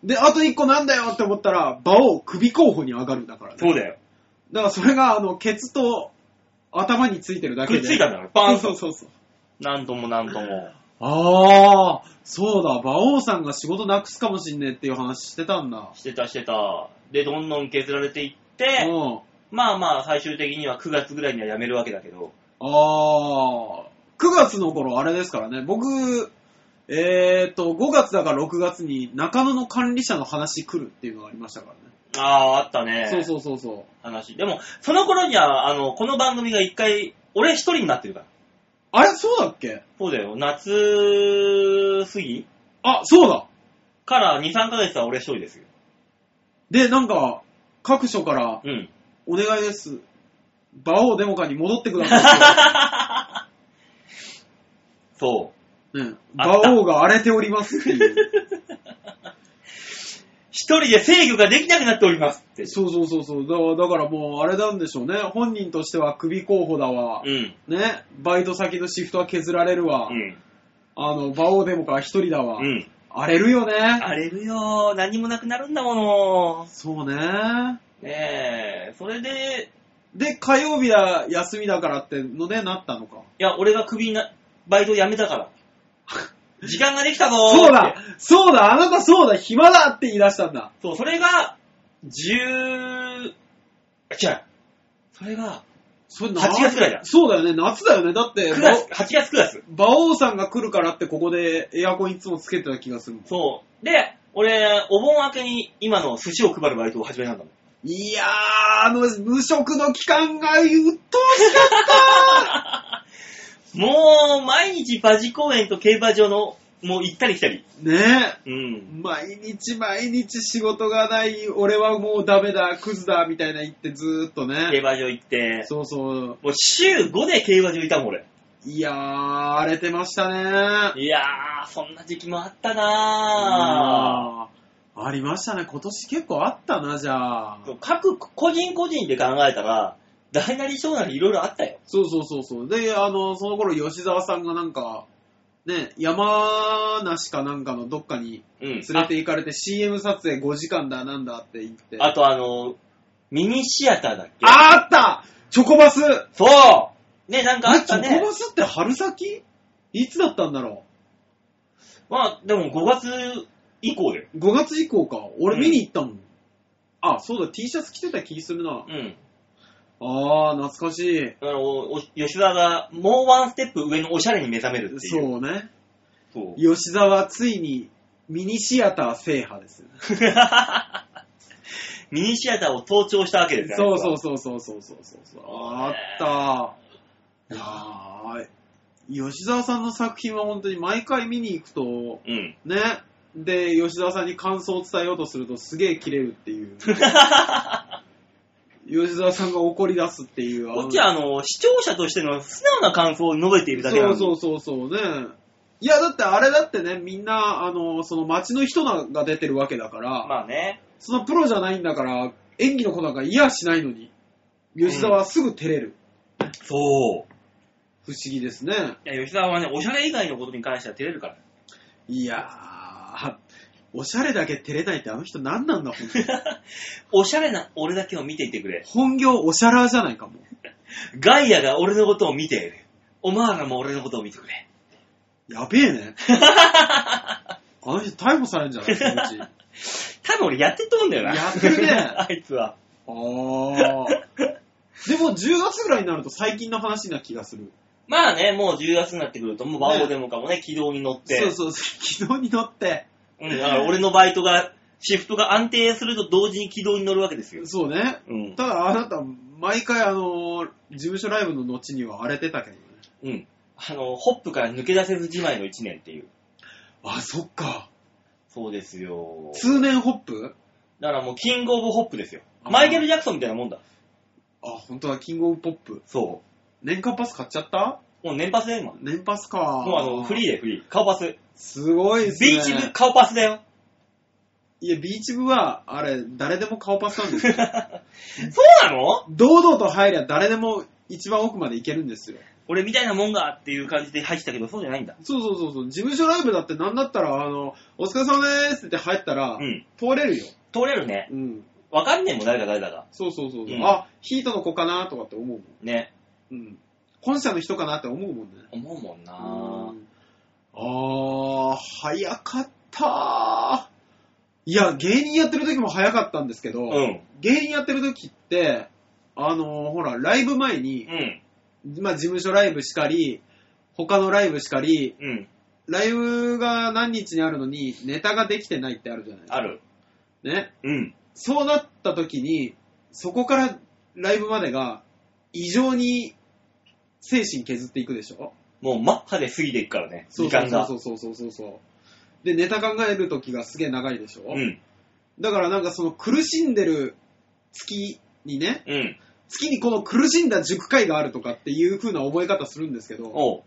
で、あと一個なんだよって思ったら、馬王首候補に上がるだからね。そうだよ。だからそれが、あの、ケツと頭についてるだけくで。っついたんだろ、パンそうそうそう。なんともなんとも。ああ、そうだ、馬王さんが仕事なくすかもしんねえっていう話してたんだ。してたしてた。で、どんどん削られていっうて、ん。まあまあ、最終的には9月ぐらいには辞めるわけだけど。ああ、9月の頃あれですからね、僕、えっ、ー、と、5月だから6月に中野の管理者の話来るっていうのがありましたからね。ああ、あったね。そうそうそうそう。話。でも、その頃には、あの、この番組が一回、俺一人になってるから。あれそうだっけそうだよ。夏過ぎあ、そうだから2、3ヶ月は俺一人ですよ。で、なんか、各所から、うん。お願いです。馬王デモカに戻ってくださそう。い。 ね、あ馬った王が荒れておりますっていう。一人で制御ができなくなっておりますって。そうそうそうそうだ。だからもう、あれなんでしょうね。本人としては首候補だわ。うん。ね、バイト先のシフトは削られるわ。うん。あの、馬王デモカは一人だわ。うん。荒れるよね。荒れるよ。何もなくなるんだもの。そうね。ねえ。それで、で、火曜日は休みだからってのでなったのか。いや、俺がクビな、バイト辞めた から。時間ができたぞーそうっだてそうだあなたそうだ暇だって言い出したんだ。そう、それが、10、あ違う。それが、それ8月ぐらいだそうだよね、夏だよね。だって、 9月、8月9月。馬王さんが来るからってここでエアコンいつもつけてた気がする。そう。で、俺、お盆明けに今の寿司を配るバイトを始めたんだもん。いやー、あの無職の期間が鬱陶しかった もう、毎日馬事公園と競馬場の、もう行ったり来たり。ねえ。うん。毎日毎日仕事がない、俺はもうダメだ、クズだ、みたいな言ってずーっと競ね。馬場行って、そうそう。もう週5で競馬場いたもん、俺。いやー、荒れてましたね。いやー、そんな時期もあったあなーありましたね。今年結構あったな、じゃあー。。各個人個人で考えたら、大なり小なりいろいろあったよ。そうそうそうそう。で、あの、その頃吉沢さんがなんか、ね、山梨かなんかのどっかにうん。連れて行かれて CM 撮影5時間だなんだって言って。あとあの、ミニシアターだっけああったチョコバスそうね、なんかあったチョねコ。バスって春先いつだったんだろまあ、でも5月以降だよ。う ?5 月以降か。俺うん見に行ったもん。あ、そうだ、T シャツ着てた気するな。うん。ああ、懐かしい。だからおお吉沢がもうワンステップ上のおしゃれに目覚めるっていう。そうね。そう。 吉沢ついにミニシアター制覇です。ミニシアターを登頂したわけですよそね。うそうそうそうそうそうそうそう。あった。いやー吉沢さんの作品は本当に毎回見に行くと、うん。ね。で、吉沢さんに感想を伝えようとするとすげえ切れるって いう。吉沢さんが怒り出すっていう。あのこっちはあの、視聴者としての素直な感想を述べているだけなのそうにそうそうそうね。いや、だってあれだってね、みんな、あの、その街の人が出てるわけだから、まあね。そのプロじゃないんだから、演技の子なんか嫌しないのに、吉沢はすぐ照れる。そう。不思議ですね。いや、吉沢はね、おしゃれ以外のことに関しては照れるから。いやー、おしゃれだけ照れないってあの人何なんだ、本当に おしゃれな俺だけを見ていてくれ。本業おしゃらーじゃないかも。ガイアが俺のことを見ている。お前らも俺のことを見てくれ。やべえ ね。あの人逮捕されるんじゃないそのうち。多分俺やってると思うんだよな。やってるね あいつは。あー。でも10月ぐらいになると最近の話な気がする。まあね、もう10月になってくると、もう馬王でもかもね、軌道に乗って。そうそうそう、昨日に乗って。うん、だから俺のバイトが、シフトが安定すると同時に軌道に乗るわけですよ。そうね。うん。ただあなた、毎回あのー、事務所ライブの後には荒れてたけどね。うん。あの、ホップから抜け出せずじまいの1年っていう。あ、そっか。そうですよ。通年ホップだからもうキングオブホップですよ。あマイケル・ジャクソンみたいなもんだ。あ、本当だ、キングオブポップ。そ年間パス買っちゃったう。もう年パスだよ、今。年パスか。もうあの、フリーでフリー。顔パス。すごいですね。ビーチ部顔パス だよ。いや、ビーチ部は、あれ、誰でも顔パスなんですよ。そうなの堂々と入りゃ誰でも一番奥まで行けるんですよ。俺みたいなもんがっていう感じで入ってたけど、そうじゃないんだ。そうそうそうそう。事務所ライブだってなんだったら、あの、お疲れ様でーすって入ったら、うん。通れるよ。通れるね。うん。わかんねえもん、誰が誰だか。そうそうそうそう。うんあ、ヒートの子かなとかって思うもん。ね。うん。本社の人かなって思うもんね。思うもんなうんあー、早かったー。いや、芸人やってる時も早かったんですけど、うん。芸人やってる時って、あのーほら、ライブ前にう、ん。まあ、事務所ライブしかり、他のライブしかり、うん。ライブが何日にあるのに、ネタができてないってあるじゃないですか。ある。ね。うん。そうなった時に、そこからライブまでが、異常に精神削っていくでしょもうマッハで過ぎていくからね、そ時うそ間うそが。うそうそうそうそう。で、ネタ考える時がすげえ長いでしょ、うん。だからなんかその苦しんでる月にね、うん。月にこの苦しんだ塾会があるとかっていう風な覚え方するんですけど、おう。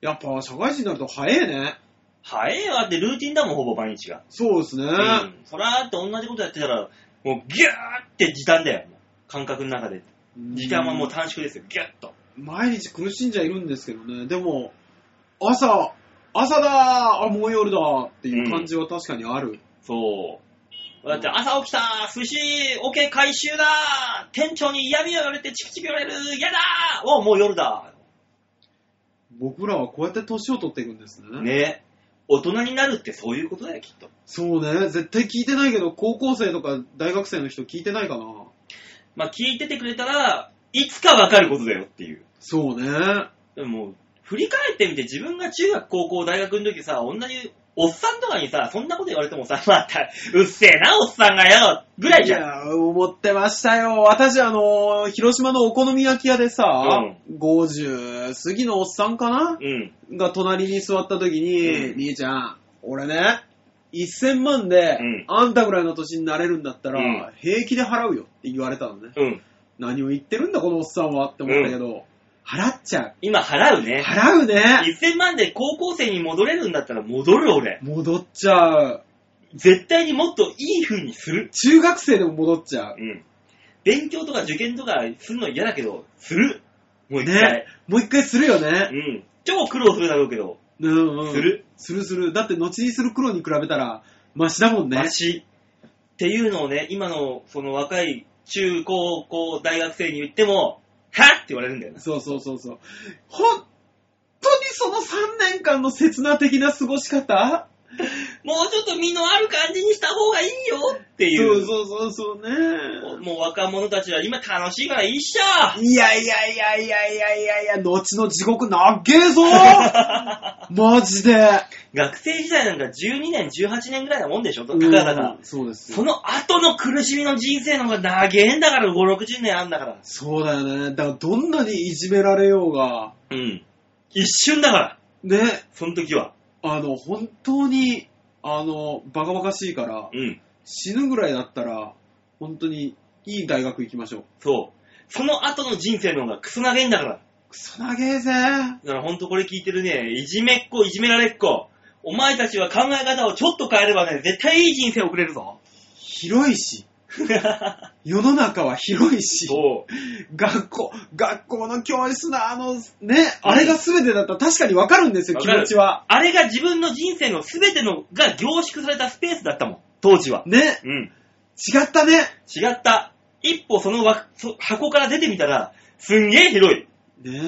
やっぱ社会人になると早えね。早えわってルーティンだもん、ほぼ毎日が。そうですね。うん。そらーって同じことやってたら、もうギューって時短だよ。感覚の中で。時間はもう短縮ですよ、ギュッと。毎日苦しんじゃいるんですけどね。でも、朝、朝だーあ、もう夜だーっていう感じは確かにある。そう。だって朝起きた寿司オケ回収だ店長に嫌味を言われてチキチキ言われる嫌だおもう夜だ僕らはこうやって年を取っていくんですね。ね大人になるってそういうことだよ、きっと。そうね。絶対聞いてないけど、高校生とか大学生の人聞いてないかな。まあ聞いててくれたら、いつかわかることだよっていう。そうね。でももう、振り返ってみて自分が中学、高校、大学の時さ、同じおっさんとかにさ、そんなこと言われてもさ、 また、うっせえな、おっさんがよぐらいいじゃん。やー、思ってましたよ。私、あのー広島のお好み焼き屋でさ、50過ぎのおっさんかなうん。が隣に座った時に、うん兄ちゃん、俺ね、1000万で、うんあんたぐらいの年になれるんだったら、うん平気で払うよって言われたのね。うん。何を言ってるんだ、このおっさんはって思ったけど、払っちゃ今払うう。ね。払うね。 1000万で高校生に戻れるんだったら戻る俺。戻っちゃう。絶対にもっといい風にする。中学生でも戻っちゃう。うん。勉強とか受験とかするの嫌だけど、する。もう一回ね。。もう一回するようね。ん。超苦労するだろうけど、うんうん。する。するする。だって後にする黒に比べたら、マシだもんねマ。シ。っていうのをね、今のその若い中高校大学生に言っても、はって言われるんだよな。そうそうそうそう。本当にその3年間の刹那的な過ごし方もうちょっと身のある感じにした方がいいよってい。そううそうそうそうね。もう若者たちは今楽しいからいいっしょいやいやいやいやいやいやいや、後の地獄長え ぞマジで。学生時代なんか12年、18年ぐらいなもんでしょ、たかだか。うんそうですそよ。の後の苦しみの人生の方が長えんだから、5、60年あんだから。そうだよね。だからどんなにいじめられようが、うん。一瞬だから、ね、その時は。あの、本当に、あの、バカバカしいから、うん。死ぬぐらいだったら、本当にいい大学行きましょう。そう。その後の人生の方がクソ長えんだから。クソ長えぜ。だからほんとこれ聞いてるね、いじめっ子、いじめられっ子。お前たちは考え方をちょっと変えればね、絶対いい人生送れるぞ。広いし、世の中は広いし、 そう。学校、学校の教室のあの、ね、あれが全てだったら確かにわかるんですよ、わ気かる持ちは。あれが自分の人生の全てのが凝縮されたスペースだったもん、当時は。ね、うん。違ったね。違った。一歩その枠そ箱から出てみたら、すんげえ広い。ね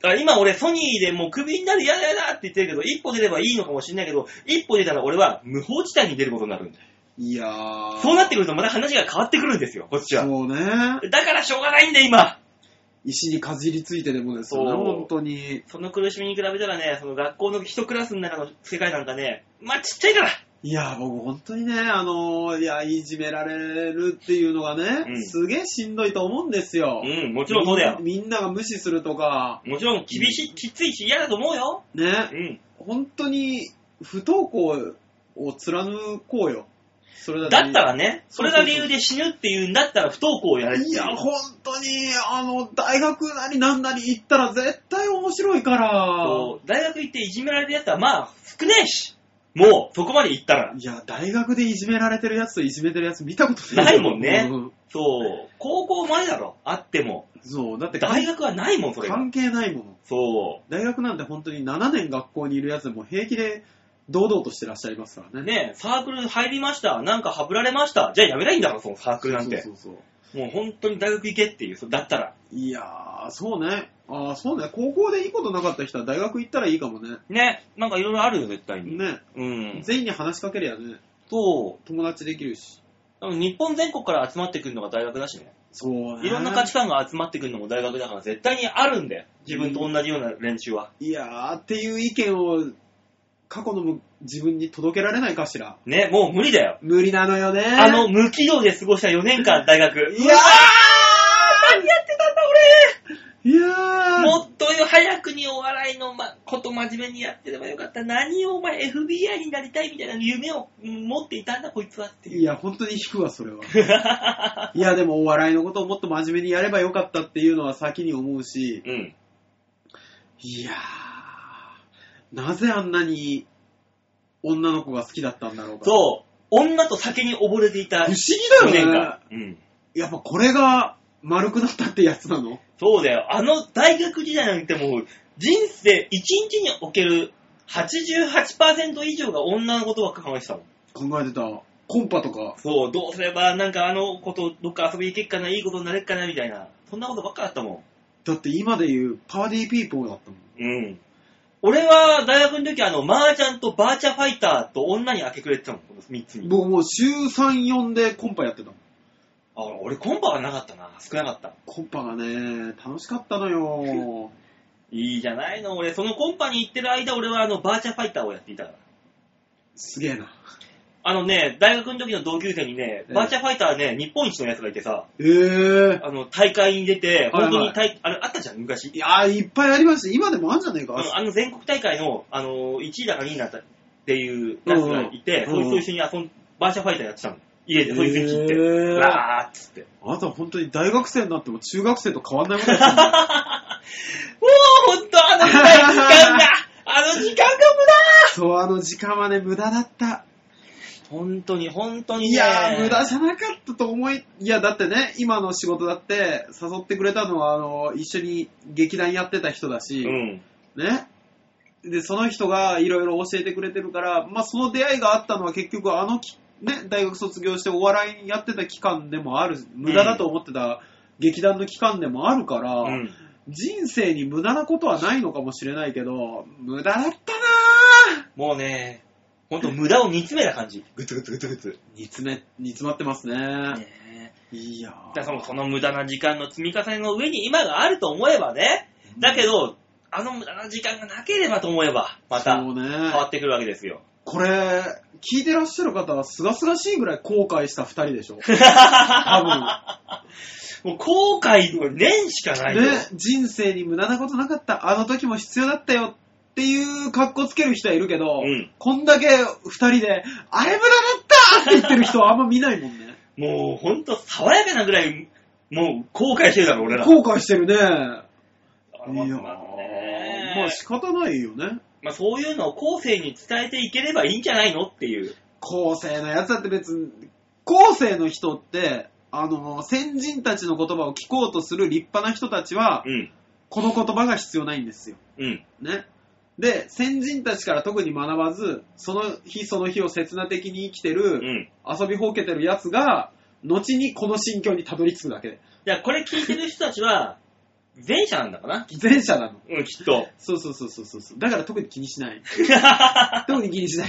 だから今俺ソニーでもうクビになるやだやだって言ってるけど、一歩出ればいいのかもしれないけど、一歩出たら俺は無法地帯に出ることになるんだよ。いやー。そうなってくるとまた話が変わってくるんですよ、こっちは。そうね。だからしょうがないんだよ、今。石にかじりついてでもですよね、そう本当に。その苦しみに比べたらね、その学校の一クラスの中の世界なんかね、まあちっちゃいから。いや、僕本当にね、あの、いや、いじめられるっていうのがね、うんすげえしんどいと思うんですよ。うん、もちろんそうだよ。みんみんなが無視するとか、もちろん厳しい、きついし嫌だと思うよ。うね、ん。本当に不登校を貫こうよ。それだだったららね、それが理由で死ぬっていうんだったら不登校をやれってういや、本当に、あの、大学なりなんなり行ったら絶対面白いから。そう大学行っていじめられるやつはまあ少ねえし、もうそこまで行ったら。いや、大学でいじめられてるやつといじめてるやつ見たことないもんねうそう、高校前だろ、あっても。そう、だって大学はないもん、それが。関係ないもの。そ大学なんて本当に7年学校にいるやつでも平気で堂々としてらっしゃいますからう。ね。ねえサークル入りました、なんかはぶられました、じゃあやめないいんだろ、そのサークルなんて。そうそうそう。もう本当に大学行けっていう、そうだったら。いやー、そうね。あーそうね。高校でいいことなかった人は大学行ったらいいかもね。ね、なんかいろいろあるよ、絶対に。ね。うん。全員に話しかけりゃね、そ友達できるし。う。日本全国から集まってくるのが大学だしね。そうね。いろんな価値観が集まってくるのも大学だから絶対にあるんだよ。自分と同じような練習は。いやー、っていう意見を過去のむ自分に届けられないかしら。ね、もう無理だよ。無理なのよね。あの、無軌道で過ごした4年間、大学。 いやーうわー何やってたんだいやー俺もっと早くにお笑いの、ま、こと真面目にやってればよかった。何をお前 FBI になりたいみたいな夢をうん持っていたんだ、こいつはっていう。いや、本当に引くわ、それは。 いや、でもお笑いのことをもっと真面目にやればよかったっていうのは先に思うし、うん。いやー、なぜあんなに女の子が好きだったんだろうか。う。そう。女と酒に溺れていた不4思議だ年よね間。。うん。やっぱこれが丸くなったってやつなのそうだよ。あの大学時代なんてもう、人生1日における88%以上が女のことばっか考えてたもん。考えてた。コンパとか。そう、どうすればなんかあの子とどっか遊び行けっかな、いいことになれっかな、みたいな。そんなことばっかだったもだって今で言うパーティーピーポーだったもん。ん。うん。俺は大学の時あの、マージャンとバーチャファイターと女に明け暮れてたもん、この3つに。僕もう週3、4でコンパやってたもん。あ、俺コンパがなかったな。少なかった。コンパがね、楽しかったの よ。いいじゃないの。俺、そのコンパに行ってる間、俺はあの、バーチャファイターをやっていたから。すげえな。あのね、大学の時の同級生にね、ええバーチャファイターね、日本一のやつがいてさ、えー。あの、大会に出て、はいはい本当に大、あれ、あったじゃん、昔。いやー、いっぱいありました。今でもあるんじゃねえか。あのあの全国大会の、あの、1位だか2位になったっていうやつがいて、うんうんそいつと一緒に遊ん、バーチャファイターやってたの。家でそいつに切って、へーわーっつって。 あなたは本当に大学生になっても中学生と変わんないもん だよもうほんと、あの時間が、あの時間が無駄そう、あの時間はね、無駄だった。本当に、本当にいね。やー、無駄じゃなかったと思い、いや、だってね、今の仕事だって、誘ってくれたのは、あの、一緒に劇団やってた人だし、うん。ね。で、その人がいろいろ教えてくれてるから、まあ、その出会いがあったのは結局、あのき、ね、大学卒業してお笑いやってた期間でもある、無駄だと思ってた劇団の期間でもあるから、うん。人生に無駄なことはないのかもしれないけど、無駄だったなぁもうね、ほんと無駄を煮詰めた感じ。ぐつぐつぐつぐつ。煮詰め、煮詰まってますね。ねいやだからぁ。そのその無駄な時間の積み重ねの上に今があると思えばね、だけど、あの無駄な時間がなければと思えば、またそうね変わってくるわけですよ。これ、聞いてらっしゃる方は、すがすがしいぐらい後悔した二人でし ょ多もう後悔の年しかない分。よ。ね、人生に無駄なことなかった。あの時も必要だったよっていう格好つける人はいるけど、うんこんだけ二人で、あれ無駄だったって言ってる人はあんま見ないもんね。もうほんと爽やかなぐらい、もう後悔してるだろ、俺ら。後悔してるね。からいまやすーますね。まあ仕方ないよね。まあそういうのを後世に伝えていければいいんじゃないのっていう。後世のやつだって別に、後世の人って、あの、先人たちの言葉を聞こうとする立派な人たちはう、ん。この言葉が必要ないんですよ。うん。ね。で、先人たちから特に学ばず、その日その日を刹那的に生きてうる、ん。遊びほうけてるやつが、後にこの心境にたどり着くだけで。じゃあこれ聞いてる人たちは、前者なんだかな前者なの。うん、き っと。そうそうそうそうそう。だから特に気にしない。特に気にしない。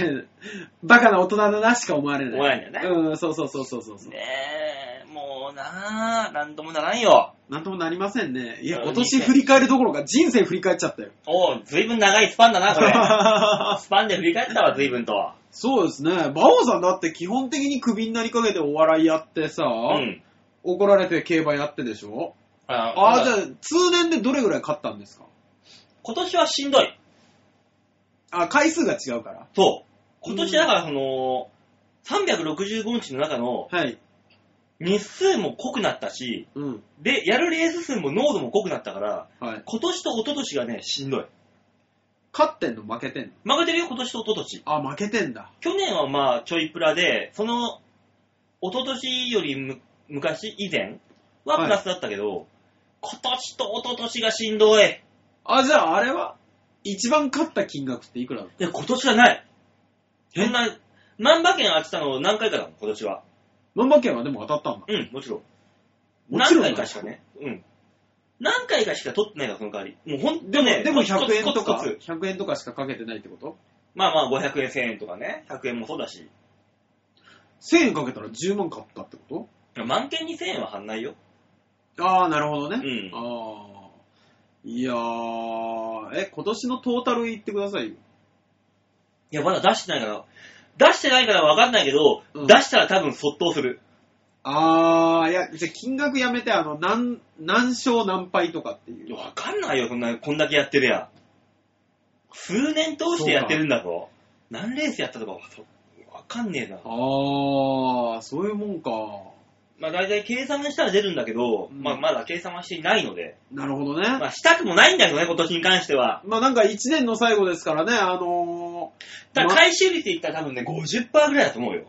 バカな大人だなしか思われない。思わないんだようん、そうそうそうそうそうそう。ねえ、もうなあ、なんともならんよ。なんともなりませんね。いや、うん今年振り返るどころか人生振り返っちゃったよ。おう、ずいぶん長いスパンだな、これ。スパンで振り返ったわ、ずいぶんと。そうですね。馬王さんだって基本的にクビになりかけてお笑いやってさ、うん。怒られて競馬やってでしょあああ、じゃああ、通年でどれぐらい勝ったんですか今年はしんどい。あ、回数が違うから。そう。今年だから、その、365日の中のはい。日数も濃くなったし、うん。で、やるレース数も濃度も濃くなったから、はい。今年と一昨年がね、しんどい。勝ってんの負けてんの負けてるよ、今年と一昨年。あ、負けてんだ。去年はまあ、ちょいプラで、その、一昨年よりむ昔、以前はプラスだったけど、今年と一昨年がしんどい。いあ、じゃああれは一番勝った金額っていくらだや、今年がない。そんな、万馬券当てたの何回かだもん、今年は。万馬券はでも当たったんだ。うん、もちろん。もちろんだ何回かしかね。うん。何回かしか取ってないから、その代わり。もうほんでとも、ね、でもコツコツ100円とコかツコツ、 100円とかしかかけてないってことまあまあ、500円、1000円とかね。100円もそうだし。 ?1000 円かけたら10万買ったってこ満券に1000円は貼んないよ。とああ、なるほどうね。ん。ああ。いやー、え、今年のトータル言ってくださいよ。いや、まだ出してないから、出してないから分かんないけど、うん出したら多分そっとする。ああ、いや、じゃあ金額やめて、あの、何、何勝何敗とかっていいやう。分かんないよ、こんな、こんだけやってるや。数年通してやってるんだぞ。何レースやったとかは、そう分かんねえな。ああ、そういうもんか。まあ大体計算したら出るんだけど、うんまあまだ計算はしていないので、なるほどね。まあしたくもないんだけどね、今年に関しては。まあなんか1年の最後ですからね、あのー、ただま回収率で言ったら多分ね、50%ぐらいだと思うよ。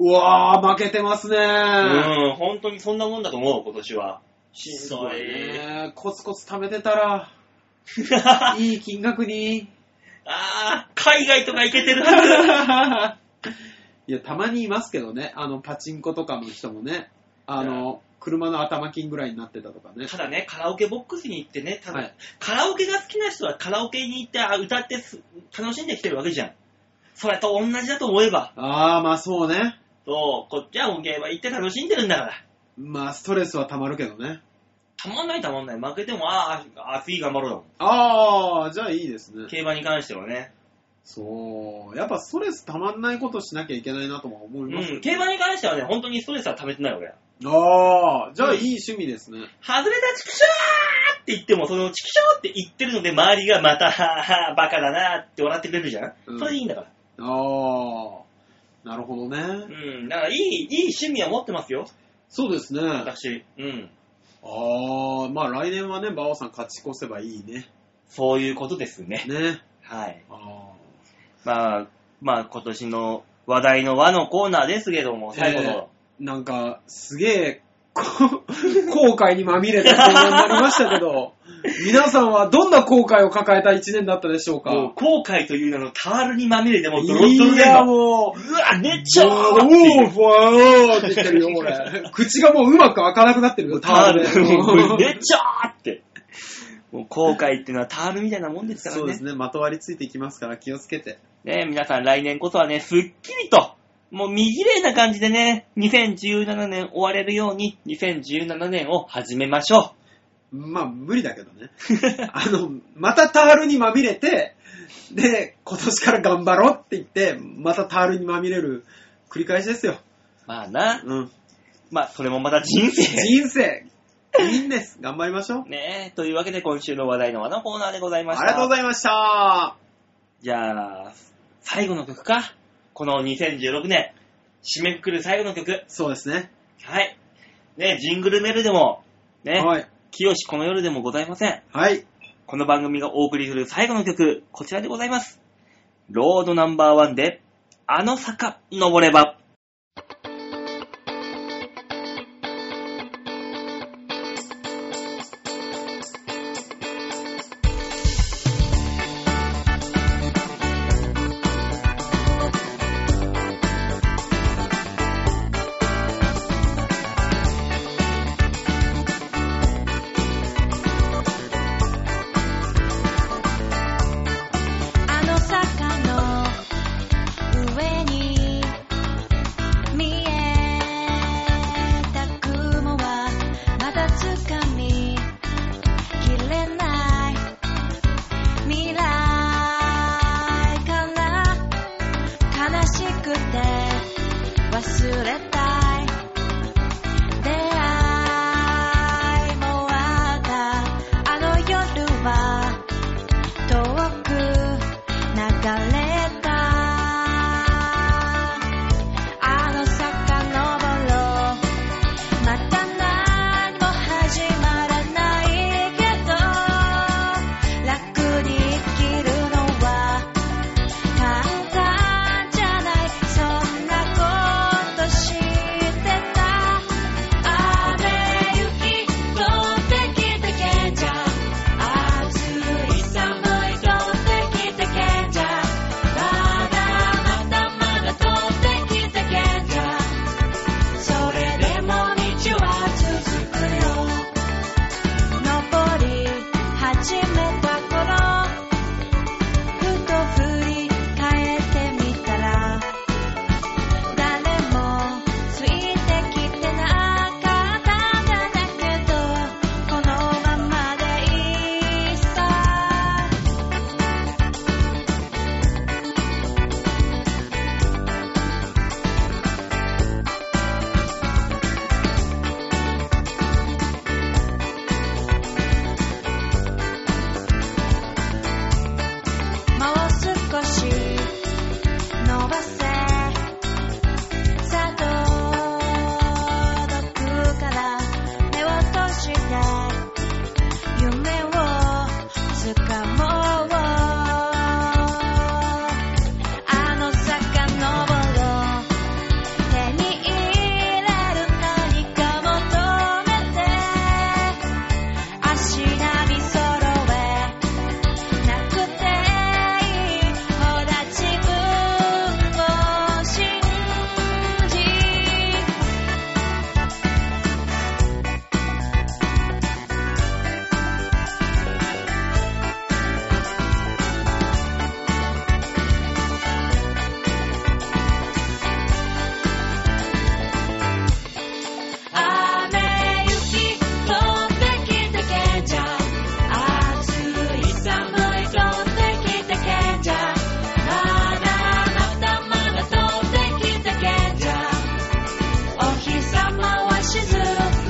うわー、負けてますねうん、本当にそんなもんだと思う、今 年は。しんどい。ねコツコツ貯めてたら、いい金額に。あー、海外とか行けてるはず。いや、たまにいますけどね、あの、パチンコとかの人もね、あの、車の頭金ぐらいになってたとかね。ただね、カラオケボックスに行ってね、多分、はいカラオケが好きな人はカラオケに行ってあ歌ってす楽しんできてるわけじゃん。それと同じだと思えば、あー、まあそうね。そう、こっちはもうゲーム行って楽しんでるんだから。まあ、ストレスはたまるけどね。たまんないたまんない。負けても、あーあー、次頑張ろうだもあー、じゃあいいですねん。。競馬に関してはね。そう。やっぱストレスたまんないことしなきゃいけないなとも思ういます、ん、競馬に関してはね、本当にストレスは溜めてない俺。あー、じゃあいい趣味ですね。外れたチキショーって言っても、そのチキショーって言ってるので、周りがまた、ははバカだなって笑ってくれるじゃん、うんそれでいいんだから。あー、なるほどうね。ん。だから、いい、いい趣味は持ってますよ、そうですね。あ私。うん。ー、まあ来年はね、馬王さん勝ち越せばいいね。そういうことですね。ね。はい。あまあ、まあ、今年の話題の和のコーナーですけども、最後の。ー、なんか、すげえ、こ 後悔にまみれた年になりましたけ ど、皆さんはどんな後悔を抱えた一年だったでしょうかもう、後悔という名のタールにまみれて、もうドロッドロいでや、今。もう、うわ、寝ちじゃゃうあ、おっていうー、フーって言ってる よ、俺。口がもううまく開かなくなってるよ、タール、で。寝ちゃーって。もう後悔っていうのはタールみたいなもんですからね。そうですね、まとわりついていきますから気をつけて。ね、皆さん来年こそはね、すっきりと、もう見綺麗な感じでね、2017年終われるように、2017年を始めましょまあ、無理だけどね。 あの、またタールにまみれて、で、今年から頑張ろうって言って、またタールにまみれる繰り返しですよ。う。まあな、うん。まあそれもまた人生。人生、いいんです。頑張りましょう。ねというわけで今週の話題のあのコーナーでございました。ありがとうございました。じゃあ、最後の曲か。この2016年、締めくくる最後の曲。そうですね。はい。ね、ジングルメールでも、ね、はい。清この夜でもございません。はい。この番組がお送りする最後の曲、こちらでございます。ロードナンバーワンで、あの坂登れば。あの坂の上に見えた雲はまだ掴みきれない未来から悲しくて忘れたい出会いもあったあの夜は遠く流れたあの坂登ろうまた何も始まらないけど楽に生きるのは簡単じゃないそんなこと知ってた雨雪飛んできたけんじゃ暑い寒い飛んできたけんじゃまだまだまだ飛んできたけんじゃそれでも道は続くよ登り始めた頃ふと振り返ってみたら誰もついてきてなかったんだけどこのままでいいさもう少し伸ばせさあ届くから目を閉じて夢をつかもうあの坂登ろう手に入れる何か求めて足並み揃えなくていいほら自分を信じ雨雪飛んできたけんじゃ暑い寒い飛んできたけんじゃまだまだまだ飛んできたけんじゃお日様は沈ん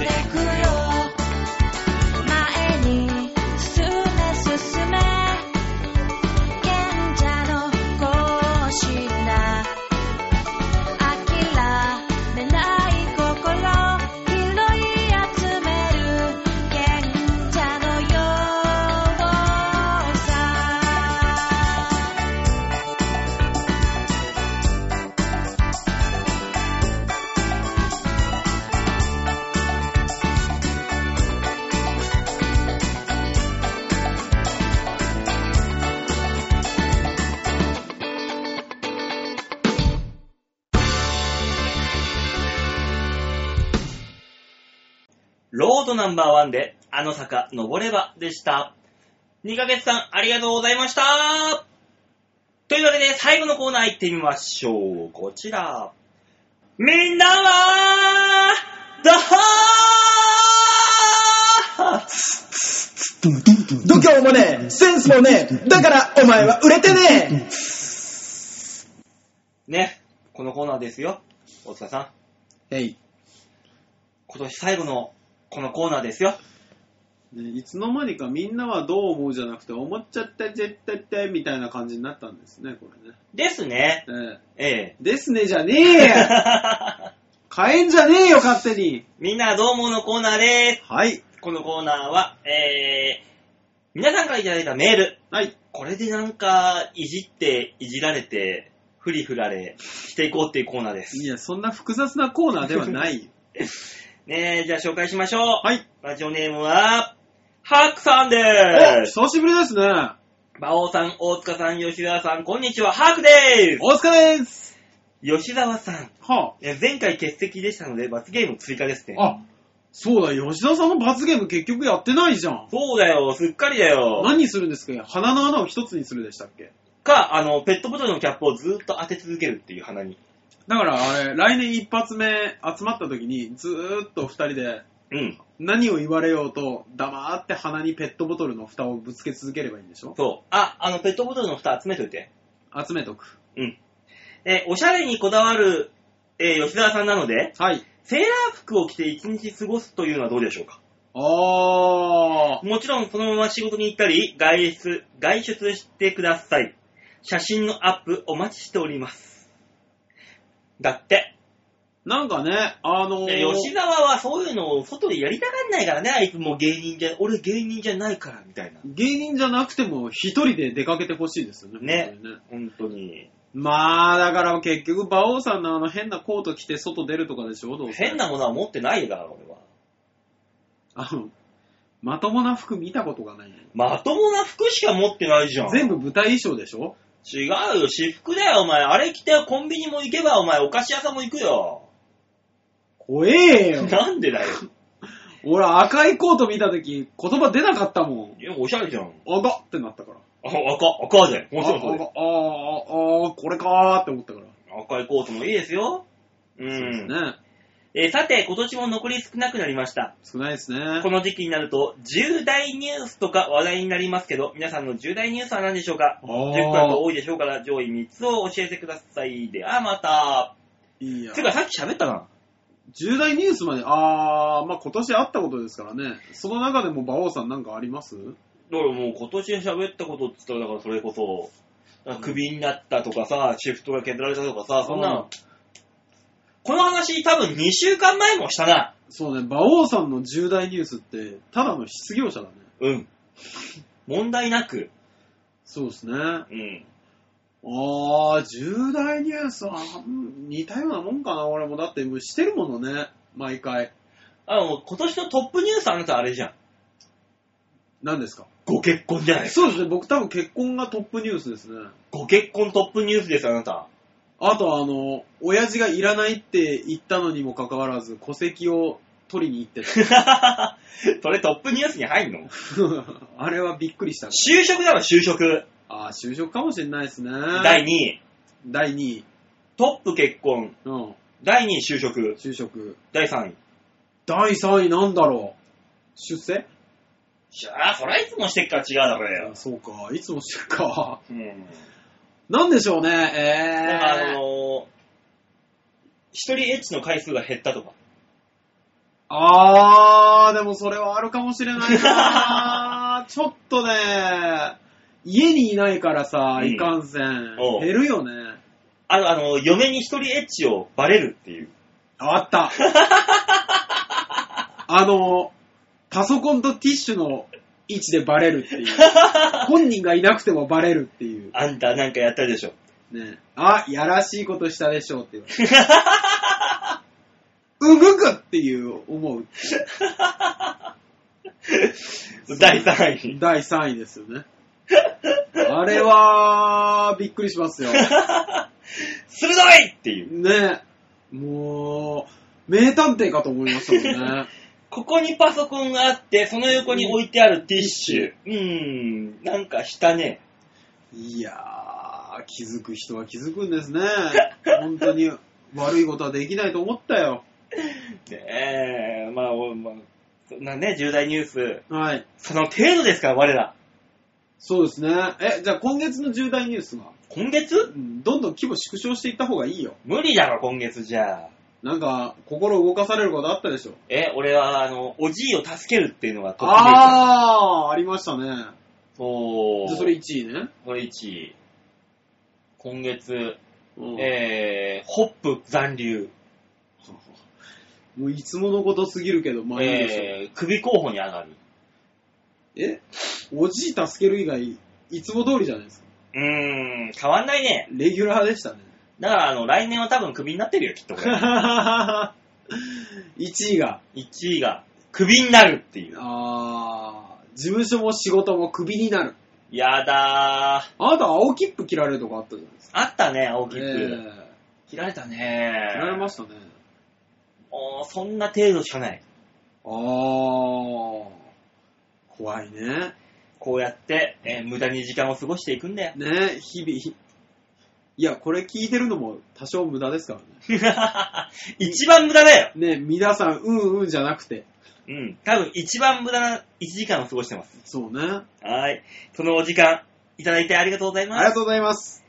でくよ前に進め進め賢者の行進だ諦めない心拾い集める賢者のようさロードナンバーワンで、あの坂登ればでした。2ヶ月間ありがとうございましたというわけで最後のコーナー行ってみましょう。こちら。みんなは、どはー度胸もねえ、センスもねえ、だからお前は売れてねね、このコーナーですよ。大塚さん。え。えい。今年最後のこのコーナーですよ。ねいつの間にかみんなはどう思うじゃなくて、思っちゃった、絶対って、みたいな感じになったんですね、こですね。れね。ええ えですね、じゃねええ や変えんじゃねえよ、勝手にみんなはどう思うのコーナーです。はい。このコーナーは、えー、皆さんからいただいたメール。はい。これでなんか、いじって、いじられて、ふりふられしていこうっていうコーナーですい。や、そんな複雑なコーナーではない。ねえ、じゃあ紹介しましょう。 はい。ラジオネームは、ハックさんでおす。久しぶりですね。馬王さん、大塚さん、吉沢さん、こんにちは、ハークでお疲れです。す。吉沢さん、はえ前回欠席でしたので、罰ゲーム追加ですね。あ。あ、そうだ、吉田さんの罰ゲーム結局やってないじゃん。そうだよ、すっかりだよ。何するんですか鼻の穴を一つにするでしたっけか、あの、ペットボトルのキャップをずーっと当て続けるっていう鼻に。だからあれ、来年一発目集まった時に、ずーっと二人でうん、何を言われようと、黙って鼻にペットボトルの蓋をぶつけ続ければいいんでしょそう。あ、あの、ペットボトルの蓋集めといて。集めとく。うん。えーおしゃれにこだわる、えー吉沢さんなので、はい。セーラー服を着て一日過ごすというのはどうでしょうかあー。もちろんそのまま仕事に行ったり、外出、外出してください。写真のアップお待ちしております。だって、なんかね、あのえー、吉沢はそういうのを外でやりたがんないからね、あいつもう芸人じゃ、俺芸人じゃないから、みたいな。芸人じゃなくても一人で出かけてほしいですよね。ね本当にね本当に。まあ、だから結局、馬王さんのあの変なコート着て外出るとかでしょどうせ変なものは持ってないから、俺は。あの、まともな服見たことがない。まともな服しか持ってないじゃん。全部舞台衣装でしょ違うよ、私服だよ、お前。あれ着てコンビニも行けば、お前、お菓子屋さんも行くよ。怖え よ。なんでだよ。俺赤いコート見たとき言葉出なかったもん。いや、おしゃれじゃん。あがってなったから。あ、赤、赤じゃん。もちあろんそうあだよああ、これかーって思ったから。赤いコートもいいですよ。うん。ね。えーさて、今年も残り少なくなりました。少ないですねこ。の時期になると、重大ニュースとか話題になりますけど、皆さんの重大ニュースは何でしょうかあ ?10 個だとー多いでしょうから、上位3つを教えてください。では、また。いいやて。か、さっき喋ったな。重大ニュースまで、あー、まあ今年あったことですからね。その中でも馬王さんなんかありますだからもう今年喋ったことって言ったら、だからそれこそ、なんかクビになったとかさ、シフトが削られたとかさ、そんなうんの、この話多分2週間前もしたな。そうね、馬王さんの重大ニュースって、ただの失業者だね。うん。問題なく。そうですね。あうん。ー、重大ニュースは、うん似たようなもんかな、俺も。だって、もうしてるものね、毎回。あ、もう今年のトップニュースあなたあれじゃん。何ですかご結婚じゃないですか。そうですね、僕多分結婚がトップニュースですね。ご結婚トップニュースです、あな た。あとあの、親父がいらないって言ったのにもかかわらず、戸籍を取りに行ってそれトップニュースに入んのた。 あれはびっくりしたね。就職だろ、就職。ああ、就職かもしれないですね。第2位。第2位。トップ結婚。うん。第2位就職。就職。第3位。第3位なんだろう出世じゃあ、それはいつもしてっから違うだろうよあ。そうか。いつもしてるか。 うん。なんでしょうね。なんかあえー。のー、一人エッチの回数が減ったとか。あー、でもそれはあるかもしれない なちょっとね、家にいないからさ、うんいかんせん。おう減るよね。あの、あの嫁に一人エッチをバレるっていう。あ った。あの、パソコンとティッシュの位置でバレるって いう。本人がいなくてもバレるっていう。あんたなんかやったでしょ。ね、あ、やらしいことしたでしょうって言われたうぐくっていう思う。第3位。第3位ですよね。あれは、びっくりしますよ。鋭いっていう。ね。もう、名探偵かと思いましたもんね。ここにパソコンがあって、その横に置いてあるティッシュ。うーん、なんかしたね。いやー、気づく人は気づくんですね。本当に悪いことはできないと思ったよ。ねえ、まあ、おまあ、そんなね、重大ニュース。はい。その程度ですから、我ら。そうですね。え、じゃあ今月の重大ニュースが、今月うんどんどん規模縮小していった方がいいよ。無理だろ、今月じゃあ。なんか、心動かされることあったでしょ。え、俺は、あの、おじいを助けるっていうのがトップニュースだあー、ありましたね。そう。じゃあそれ1位ね。これ1位。今月、うんえー、ホップ残留。もういつものことすぎるけど、まあいいでしょう。えー、首候補に上がる。えおじい助ける以外、いつも通りじゃないですか。うーん、変わんないね。レギュラーでしたね。 だから、あの、来年は多分クビになってるよ、きっとこれ。 1位が。 1位が、クビになるっていう。あー、事務所も仕事もクビになる。やだー。あなた青切符切られるとこあったじゃないですか。あったね、青切符。え切られたねえ切られましたね。もう、そんな程度しかない。あー、怖いね。こうやって、えー無駄に時間を過ごしていくん だよ。ね日々。ひいや、これ聞いてるのも多少無駄ですからね。一番無駄だよ。ね皆さん、うんうんじゃなくて。うん。多分一番無駄な1時間を過ごしてます。そうね。はい。そのお時間、いただいてありがとうございありまがす。とうございます。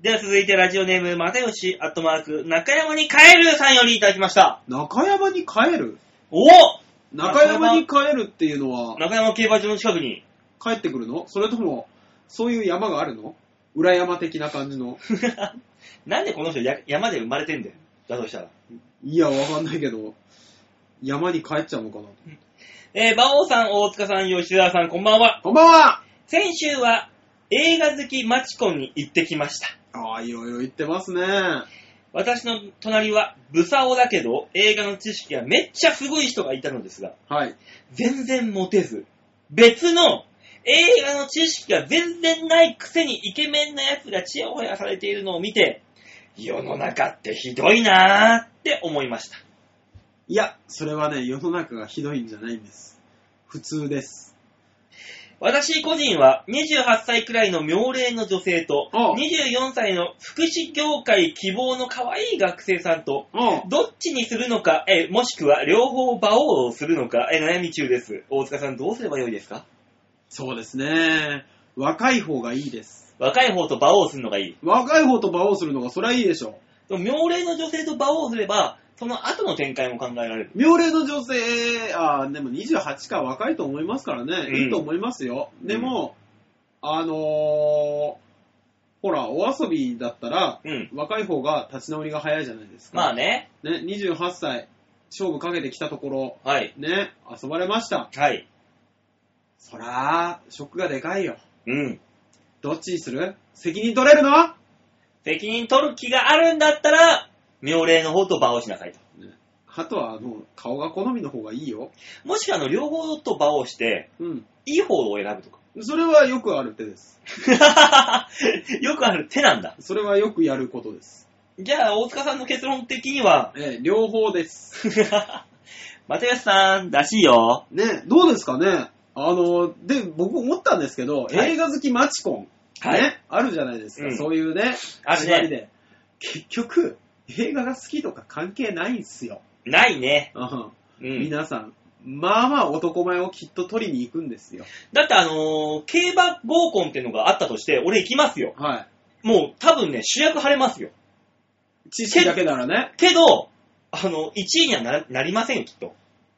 では続いてラジオネーム、またよし、アットマーク、中山に帰るさんよりいただきました。中山に帰るお中山に帰るっていうのは、中山競馬場の近くに。 帰ってくるのそれとも、そういう山があるの裏山的な感じの。なんでこの人や山で生まれてんだよ。だとしたら。いや、わかんないけど、山に帰っちゃうのかな。えー、馬王さん、大塚さん、吉沢さん、こんばんは。こんばんは先週は映画好きマチコンに行ってきました。ああ、いよいよ言ってますね。私の隣はブサオだけど映画の知識がめっちゃすごい人がいたのですが、はい。全然モテず、別の映画の知識が全然ないくせにイケメンな奴がチヤホヤされているのを見て、世の中ってひどいなーって思いました。いや、それはね、世の中がひどいんじゃないんです。普通です。私個人は28歳くらいの妙齢の女性とおう24歳の福祉業界希望の可愛い学生さんとうん。どっちにするのか、えーもしくは両方馬王をするのか、えー悩み中です。大塚さんどうすればよいですかそうですね。若い方がいいです。若い方と馬王をするのがいい。若い方と馬をするのが、そりゃいいでしょでも妙齢の女性と馬王をすれば、その後の展開も考えられる。う。妙齢の女性、あーでも28か若いと思いますからね。うんいいと思いますよ。でも、あのー、ほら、お遊びだったら、うん。若い方が立ち直りが早いじゃないですか。まあね。ね、28歳、勝負かけてきたところ、はい。ね、遊ばれました。はい。そらー、ショックがでかいよ。うん。どっちにする責任取れるの、責任取る気があるんだったら、妙齢の方と馬王しなさいと。ねあとは、あの、顔が好みの方がいいよ。もしくはあの両方と馬王をして、うん。いい方を選 ぶとか。それはよくある手です。よくある手なんだ。それはよくやることです。じゃあ、大塚さんの結論的には、 ええ、両方です。又吉さん、らしいよ。ね、どうですかねあの、で、僕思ったんですけど、い映画好きマチコン、はいね、あるじゃないですか。うんそういうね、あるね縛りで。結局、映画が好きとか関係ないんすよ。ないね。うんうん。皆さん、まあまあ男前をきっと取りに行くんですよ。だってあのー競馬合コンっていうのがあったとして、俺行きますよ。はもう多分ね、主役張れますよ。い。知識だけならね、けど、あの、1位にはななりませんよ、きっと。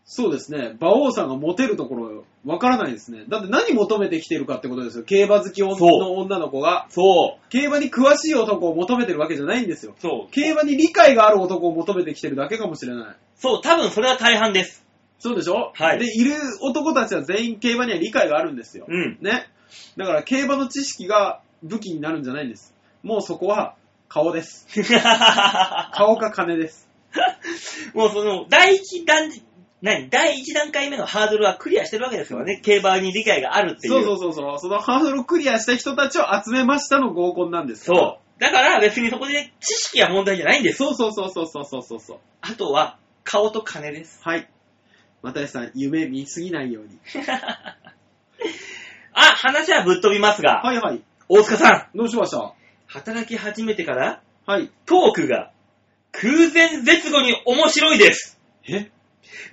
そうですね、馬王さんがモテるところ、わからないですね。だって何求めてきてるかってことですよ。競馬好きのそうの女の子が。そ競馬に詳しい男を求めてるわけじゃないんですよう。。そう。競馬に理解がある男を求めてきてるだけかもしれない。そう、多分それは大半です。そうでしょはいで、いる男たちは全員競馬には理解があるんですよ。うん。ね。だから競馬の知識が武器になるんじゃないんです。もうそこは顔です。顔か金です。 もうその、第一段、何第一段階目のハードルはクリアしてるわけですからね。競馬に理解があるっていう。そうそうそうそう。そのハードルをクリアした人たちを集めましたの合コンなんです。そう。だから別にそこで知識は問題じゃないんです。そうそうそうそうそうそうそうそう。あとは、顔と金です。 はい。又吉さん、夢見すぎないように。あ、話はぶっ飛びますが、はいはい。大塚さん、どうしました働き始めてからはい。トークが空前絶後に面白いです。え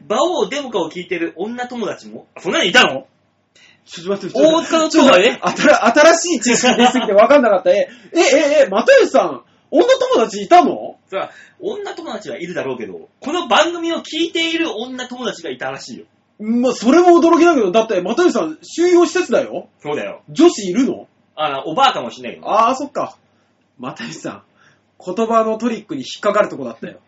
馬王デモカを聞いてる女友達も、あそんなにいたのちょっと待って、大塚のちょっと待ってえあたら新しい知識出すぎて分かんなかった。え、え、え、え、又吉さん、女友達いたのそら、女友達はいるだろうけど、この番組を聞いている女友達がいたらしいよ。まあ、それも驚きだけど、だって、又吉さん、収容施設だよそうだよ。女子いるのあの、おばあかもしれないけど。ああ、そっか。又吉さん、言葉のトリックに引っかかるとこだったよ。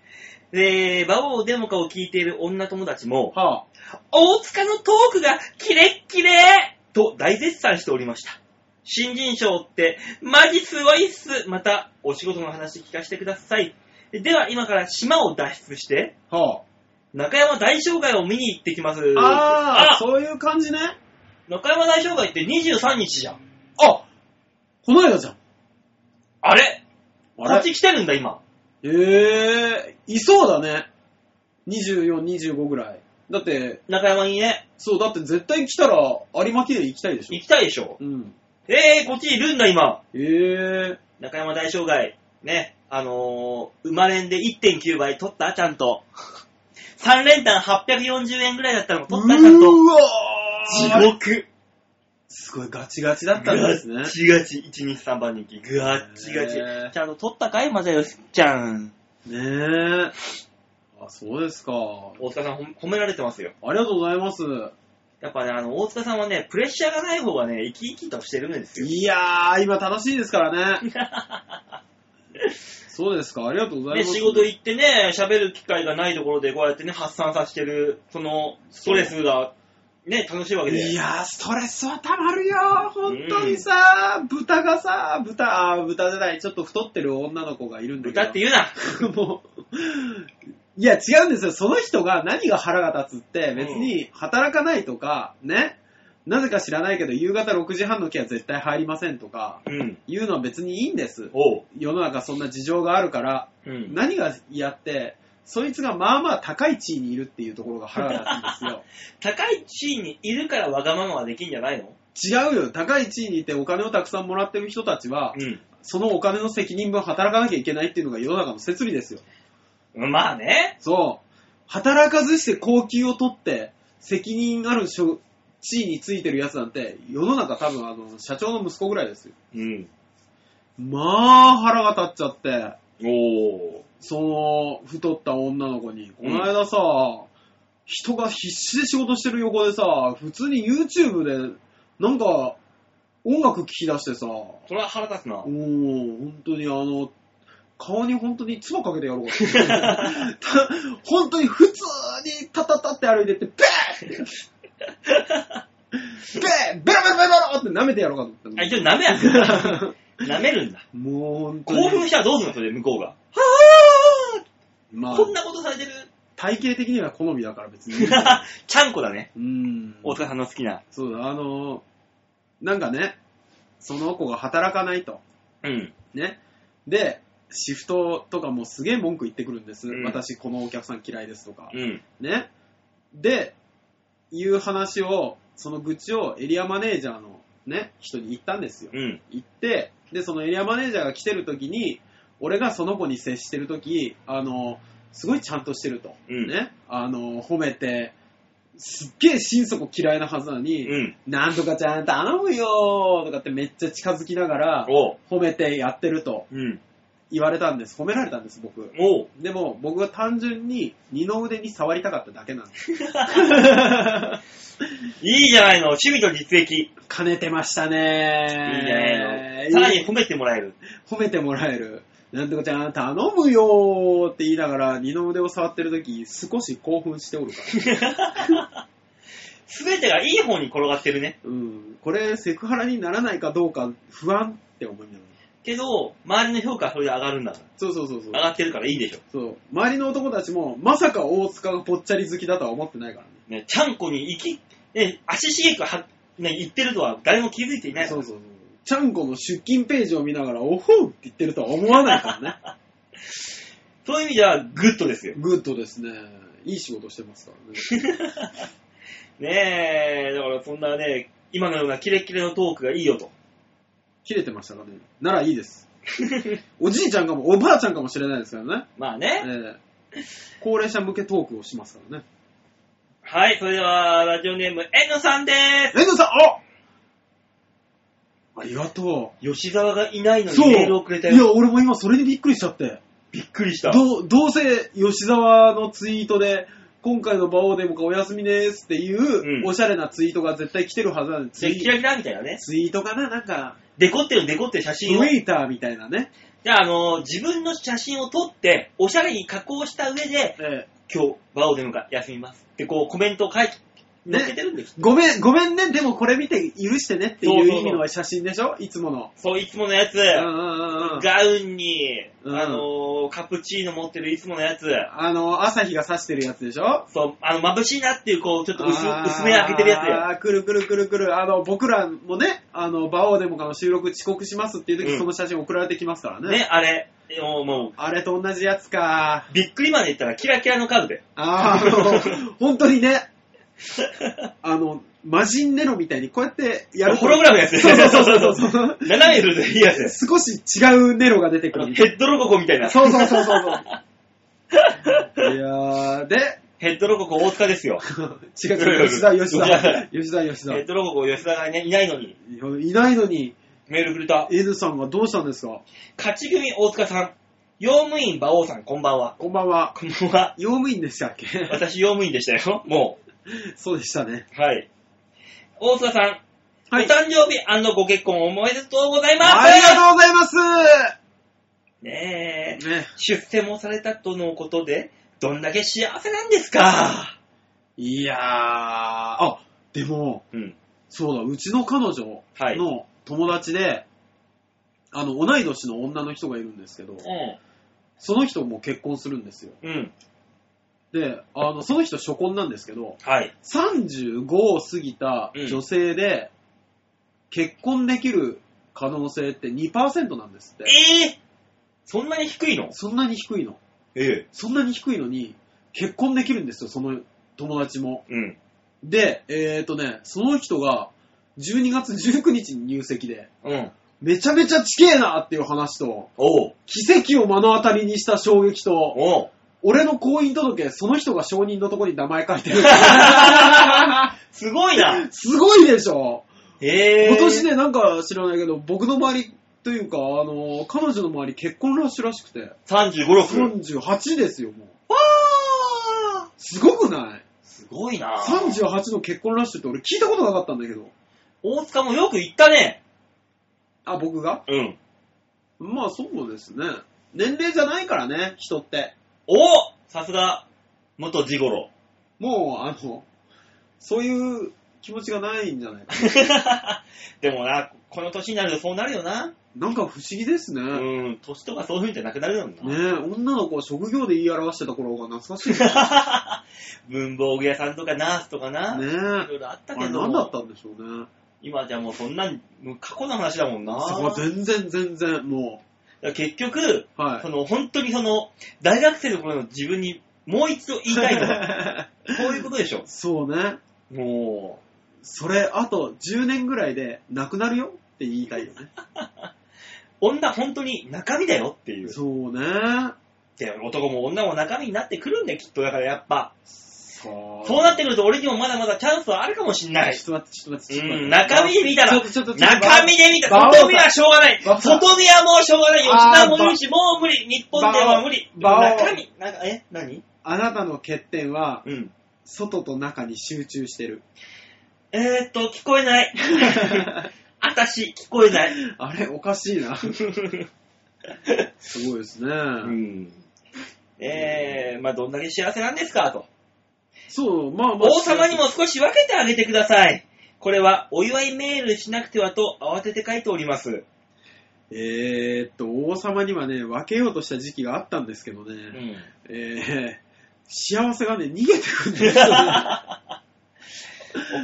で、馬王デモカを聞いている女友達も、はあ。大塚のトークがキレッキレと大絶賛しておりました。新人賞って、マジすごいっす。また、お仕事の話聞かせてください。では、今から島を脱出して、は中山大障害を見に行ってきます。あ。ああ、あそういう感じね。中山大障害って23日じゃん。あこの間じゃん。あれこあれっち来てるんだ、今。ええいそうだね。24、25ぐらい。だって、中山にね、そう、だって絶対来たら有馬記念行きたいでし行きたいでしょょ。。うん。えー、こっちいるんだ、今。ええ中山大障害。ね、あのー、生まれんで1.9倍取ったちゃんと。3連単840円ぐらいだったのう取ったちゃんと。わー地獄。すごいガチガチだったんですねガ。チガチ。1、2、3番人気。ガッチガチへー。ちゃんと取ったかいまさよしちゃん。ねえ。あ、そうですか。大塚さんほん褒められてますよ。ありがとうございます。やっぱね、あの、大塚さんはね、プレッシャーがない方がね、生き生きとしてるんですよ。いやー、今楽しいですからね。そうですか、ありがとうござい ね、ます。仕事行ってね、喋る機会がないところでこうやってね、発散させてる、そのストレスが、ね、楽しいわけで。いやー、ストレスはたまるよ本当にさ、豚がさ、豚、あー豚じゃない、ちょっと太ってる女の子がいるんだけど。歌って言うな。もう、いや、違うんですよ。その人が何が腹が立つって、別に働かないとか、ね。なぜか知らないけど、夕方6時半の木は絶対入りませんとか、うん。いうのは別にいいんです。おう。世の中そんな事情があるから、うん。何が嫌って、そいつがまあまあ高い地位にいるっていうところが腹が立つんで高い地位にいるからわがままはできんじゃないのすよ。違うよ。高い地位にいてお金をたくさんもらってる人たちは、うそのお金の責任分働かなきゃいけないっていうのが世の中の摂理ですよ。ん。まあね。そう。働かずして高級を取って、責任ある所地位についてるやつなんて、世の中多分あの、社長の息子ぐらいですよ。うん。まあ、腹が立っちゃって、おー。その、太った女の子に、この間さ、人が必死で仕事してる横でさ、普通に YouTube で、なんか、音楽聴き出してさ、おそれは腹立つな。ー、本当にあの、顔に本当に唾かけてやろうかと思って。た本当に普通にタタタって歩いてって、ベーって。ベーベロベロベロベロって舐めてやろうかと思ったのあ、一応舐め やん。舐めるんだ。もう本当に。興奮したらどうするのそれ、向こうが。まあこ、んなことされてる。 体型的には好みだから別に。ちゃんこだね。うん。大塚さんの好きな。そうだ、あのーなんかね、その子が働かないと。うん。ね。で、シフトとかもすげえ文句言ってくるんです。うん私、このお客さん嫌いですとか。うん。ね。で、いう話を、その愚痴をエリアマネージャーのね、人に言ったんですよ。うん。行って、で、そのエリアマネージャーが来てる時に、俺がその子に接してる時、あの、すごいちゃんとしてると。うんね。あの、褒めて、すっげえ心底嫌いなはずなのに、うん。なんとかちゃん頼むよーとかってめっちゃ近づきながら、おう。褒めてやってるとうん。言われたんです。褒められたんです、僕。おう。でも、僕が単純に二の腕に触りたかっただけなん です。いいじゃないの。趣味と実益。兼ねてましたいいねんー。じゃないの。さらに褒めてもらえる。褒めてもらえる。なんとかちゃん、頼むよーって言いながら、二の腕を触ってる時少し興奮しておるから。すべてがいい方に転がってるね。 うん。これ、セクハラにならないかどうか、不安って思いながら。けど、周りの評価はそれで上がるんだから。そうそうそうそう上。がってるからいいでしょ。そう。周りの男たちも、まさか大塚がぽっちゃり好きだとは思ってないからね。ね、ちゃんこに行き、ね、足しげくは、ね、行ってるとは誰も気づいていない。そうそうそう。ちゃんこの出勤ページを見ながら、おほうって言ってるとは思わないからね。そういう意味では、グッドですよ。グッドですね。いい仕事してますから ね。ねえ、だからそんなね、今のようなキレッキレのトークがいいよと。切れてましたかね。ならいいです。おじいちゃんかも、おばあちゃんかもしれないですからね。まあえね。ー高齢者向けトークをしますからね。はい、それでは、ラジオネーム、N さんでえンドさん、あありがと。す。吉沢がいないうのにメールをくれたいよ。や、俺も今それにびっくりしちゃって。びっくりした。どうどうせ吉沢のツイートで、今回の馬王でもかお休みですっていうう、んおしゃれなツイートが絶対来てるはずなんで、ツでキイラキラみたいなね。ツイートかななんか、デコってるデコってる写ツ真を。イーターみたいなね。じゃあ、あの自分の写真を撮って、おしゃれに加工した上で、ええ今日、バオでムが休みますって、こう、コメントを書い乗っけてるんできっとごめん、ごめんね、でもこれ見て許してねっていそううそうそう意味の写真でしょいつもの。そう、いつものやつ。うんうんうんうん。ガウンに、うんあのーカプチーノ持ってるいつものやつ。あの、朝日が差してるやつでしょそう、あの、眩しいなっていう、こう、ちょっと薄あー薄め開けてるやつあー、くるくるくるくる。あの、僕らもね、あの、バオーデモカの収録遅刻しますっていう時、うんその写真送られてきますからね。ね、あれ。もう、もあれと同じやつか。う、びっくりまで言ったらキラキラのカードで。あーあの、 本当にね、あの、マジンネロみたいにこうやってやると。ホログラムのやつそうそうそうそう そう。斜めるでいいやつです。少し違うネロが出てくるみたいヘッドロココみたいな な。。そうそうそうそうそう。いやー、で、ヘッドロココ大塚ですよ。 違う違う、吉田、吉田、吉田、吉ヘッドロココ吉田がね、いないのに、田。いないのに、メールくれた。 N さんがどうしたんですか勝ち組大塚さん。用務員馬王さん、こんばんは。こんばんは。こんばんは。用務員でしたっ け私、用務員でしたよ。もそうでしたね。う。はい。大塚さん、はいお誕生日ご結婚おめでとうございますありがとうございますねえ、ね、出世もされたとのことで、どんだけ幸せなんですかいやー、あ、でも、うん。そうだ、うちの彼女はいの友達で、あの、同い年の女の人がいるんですけど、その人も結婚するんですよ。うん。うん。で、あの、その人初婚なんですけど、はい。 35を過ぎた女性で、結婚できる可能性って2%なんですって。ええそんなに低いのそんなに低いのええ。そんなに低いのに、結婚できるんですよ、その友達も。うん。で、えーとね、その人が、12月19日に入籍で、うん。めちゃめちゃちけえなっていう話と、おう。奇跡を目の当たりにした衝撃と、おう。俺の婚姻届、その人が証人のとこに名前書いて る。すごいな。すごいでしょええ今年ね、なんか知らないけど、僕の周りというか、あの、彼女の周り結婚ラッシュらしくて、 35、6。 38ですよ、もう。わーすごくないすごいな。 38の結婚ラッシュって俺聞いたことなかったんだけど。大塚もよく言ったね。あ、僕がうん。まあそうですね。年齢じゃないからね、人って。おさすが、元ジゴロ。もう、あの、そういう気持ちがないんじゃないか でもな、この年になるとそうなるよな。な。なんか不思議ですね。うねん、年とかそういうんじゃなくなるよな。え、女の子を職業で言い表してた頃が懐かしい。ね 文房具屋さんとかナースとかな。え。いろいろあったあけれど。何だったんでしょうね。今じゃもうそんなん、もう過去の話だもんな。そこは全然全然、もだから結局、う。はいそ。の本当にその、大学生の頃の自分にもう一度言いたいとか、 こういうことでしょ。そうね。もそれ、あと10年ぐらいでなくなるよって言いたいよね。う、女本当に中身だよっていう。そうね。で男も女も中身になってくるんだよ、きっと。だからやっぱ。そうそうなってくると俺にもまだまだチャンスはあるかもしんない。ちょっと待って、ちょっと待って、ちょっと待うって。ん、中身で見たちらょっ、とちょっとちょっと中身で見た馬ら、王さん外見はしょうがない。馬王さん外見はもうしょうがない。吉あー田もいるし、もう無理。日本では無理。馬王中身、なんか、え、何あなたの欠点は、うん。外と中に集中して る。えーっと、聞こ えない。 あたし、聞こえない。あれ、おかしいな。すごいですね。 うん。 えー、まあどんだけ幸せなんですか、と。そう、まあまあ。王様にも少し分けてあげてください。これは、お祝いメールしなくてはと慌てて書いております。えーっと、王様にはね、分けようとした時期があったんですけどね、うん。 えー、幸せがね、逃げてくるんですよ、ね。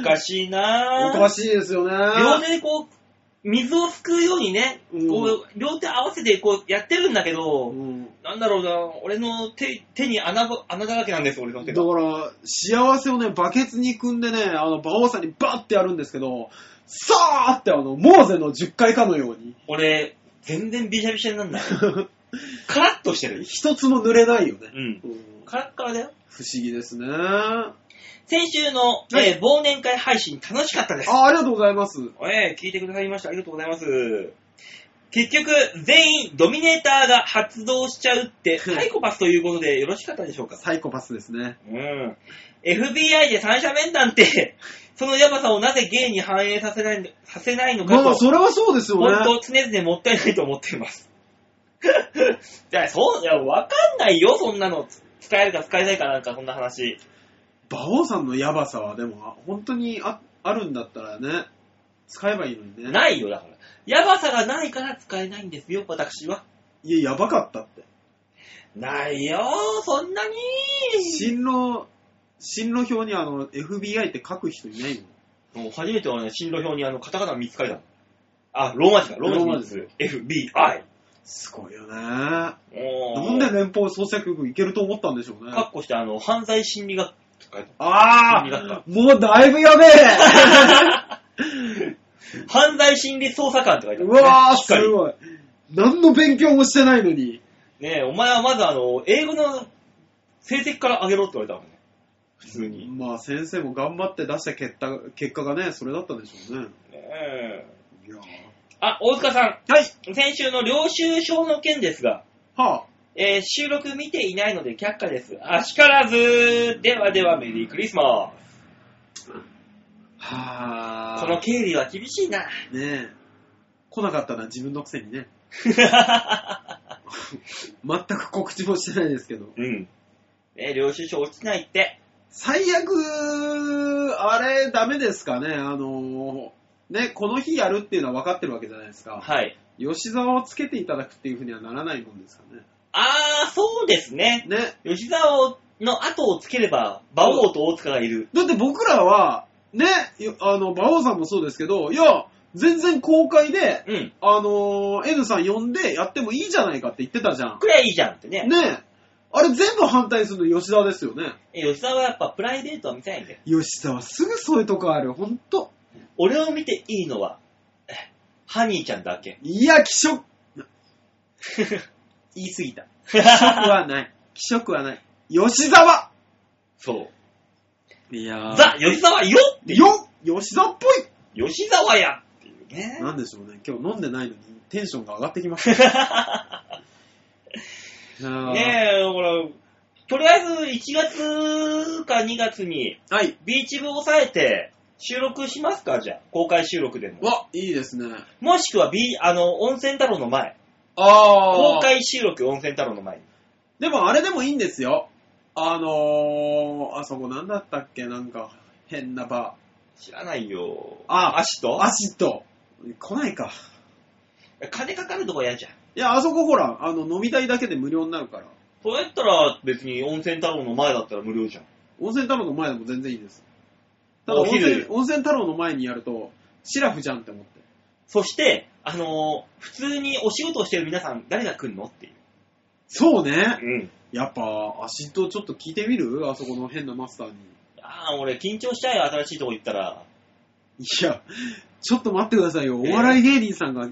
おかしいなおぁ。かしいですよね。両手でこう、水をすくうようにね、うんこう、両手合わせてこうやってるんだけど、うんなんだろうな、俺の手、手に穴ぼ、穴だらけなんです、俺の手だが。から、幸せをね、バケツに組んでね、あの、馬王さんにバッてやるんですけど、さーってあの、モーゼの10回かのように、俺、全然びしゃびしゃになんない。カラッとしてる。一つも濡れないよね。うん。うんカラッカラだよ。不思議ですね。あ先週の、はいえー忘年会配信楽しかったです。ありがとうございます。えー聞いてくださいました。ありがとうございます。結局、全員ドミネーターが発動しちゃうって、サイコパスということでよろしかったでしょうかサイコパスですね。うん。FBI で三者面談って、そのヤバさをなぜゲイに反映させないさせないのかと、まあ、それはそうですよ本ね。当常々もったいないと思っています。 いや、そう、いや、わかんないよ、そんなの。使えるか使えないかなんか、そんな話。馬王さんのヤバさはでも、本当にああるんだったらね、使えばいいのにね。ないよ、だから。やばさがないから使えないんですよ、私は。いや、ヤバかったって。ないよ、そんなに。進路、進路表にあの、FBI って書く人いないのもう初めて俺ね、進路表にあの、カタカナ3つ書いたの。あ、ローマ字か、ローマ字です。FBI。すごいよね。ななんで連邦捜査局行けると思ったんでしょうね。かっこして、あの、犯罪心理学って書いてあ心理学あもうだいぶやべえある 犯罪心理捜査官って書 いてある、うわー、しっすかりごい。何の勉強もしてないのに。ねえ、お前はまずあの、英語の成績から上げろって言われたもんね。普通に。ねまあ先生も頑張って出した結果結果がね、それだったんでしょうね。えいやーあ、大塚さん。はい。先週の領収書の件ですが、はあ。えー収録見ていないので却下です。あしからずではではメリークリスマス。はあ。この経理は厳しい な。ねえ。来なかったな、自分のくせにね。全く告知もしてないですけど。うん。ね、領収書落ちないって。最悪、あれ、ダメですかね。あのーね、この日やるっていうのは分かってるわけじゃないですか。はい。吉沢をつけていただくっていうふうにはならないもんですかね。あー、そうですね。ね。吉沢の後をつければ、馬王と大塚がいる。だって僕らは、ね、よあの、馬王さんもそうですけど、いや、全然公開で、うん。あのー N さん呼んでやってもいいじゃないかって言ってたじゃん。くりゃいいじゃんってね。ねあれ全部反対するの吉沢ですよね。え吉沢はやっぱプライベートは見たいんで。吉沢すぐそういうとこある、ほんと。俺を見ていいのは、えハニーちゃんだけ。 いや、気色、言い過ぎた。気色はない。気色はない。吉沢そう。いやザ、吉沢よっていう。よ吉沢っぽい吉沢やっていうね。なんでしょうね、今日飲んでないのにテンションが上がってきま した。いやー ねえ、ほら、とりあえず1月か2月にはい。ビーチ部を抑えて収録しますかじゃあ。公開収録でも。わ、いいですね。もしくは、ビーあの、温泉太郎の前。あー。公開収録温泉太郎の前に。でもあれでもいいんですよ。あのー、あそこなんだったっけなんか、変なバ知らないよ。あ足ー。とアシッド。来ないか。金かかるとこ嫌じゃん。いや、あそこほら、あの、飲み代だけで無料になるから。そうやったら別に温泉太郎の前だったら無料じゃん。温泉太郎の前でも全然いいです。ただお温昼泉、温泉太郎の前にやると、シラフじゃんって思って。そして、あのー普通にお仕事をしてる皆さん誰が来んのっていう。そうね。うん。やっぱ、アシッドちょっと聞いてみるあそこの変なマスターに。ああ、俺緊張しちゃうよ、新しいとこ行ったら。いや、ちょっと待ってくださいよ。お笑い芸人さんが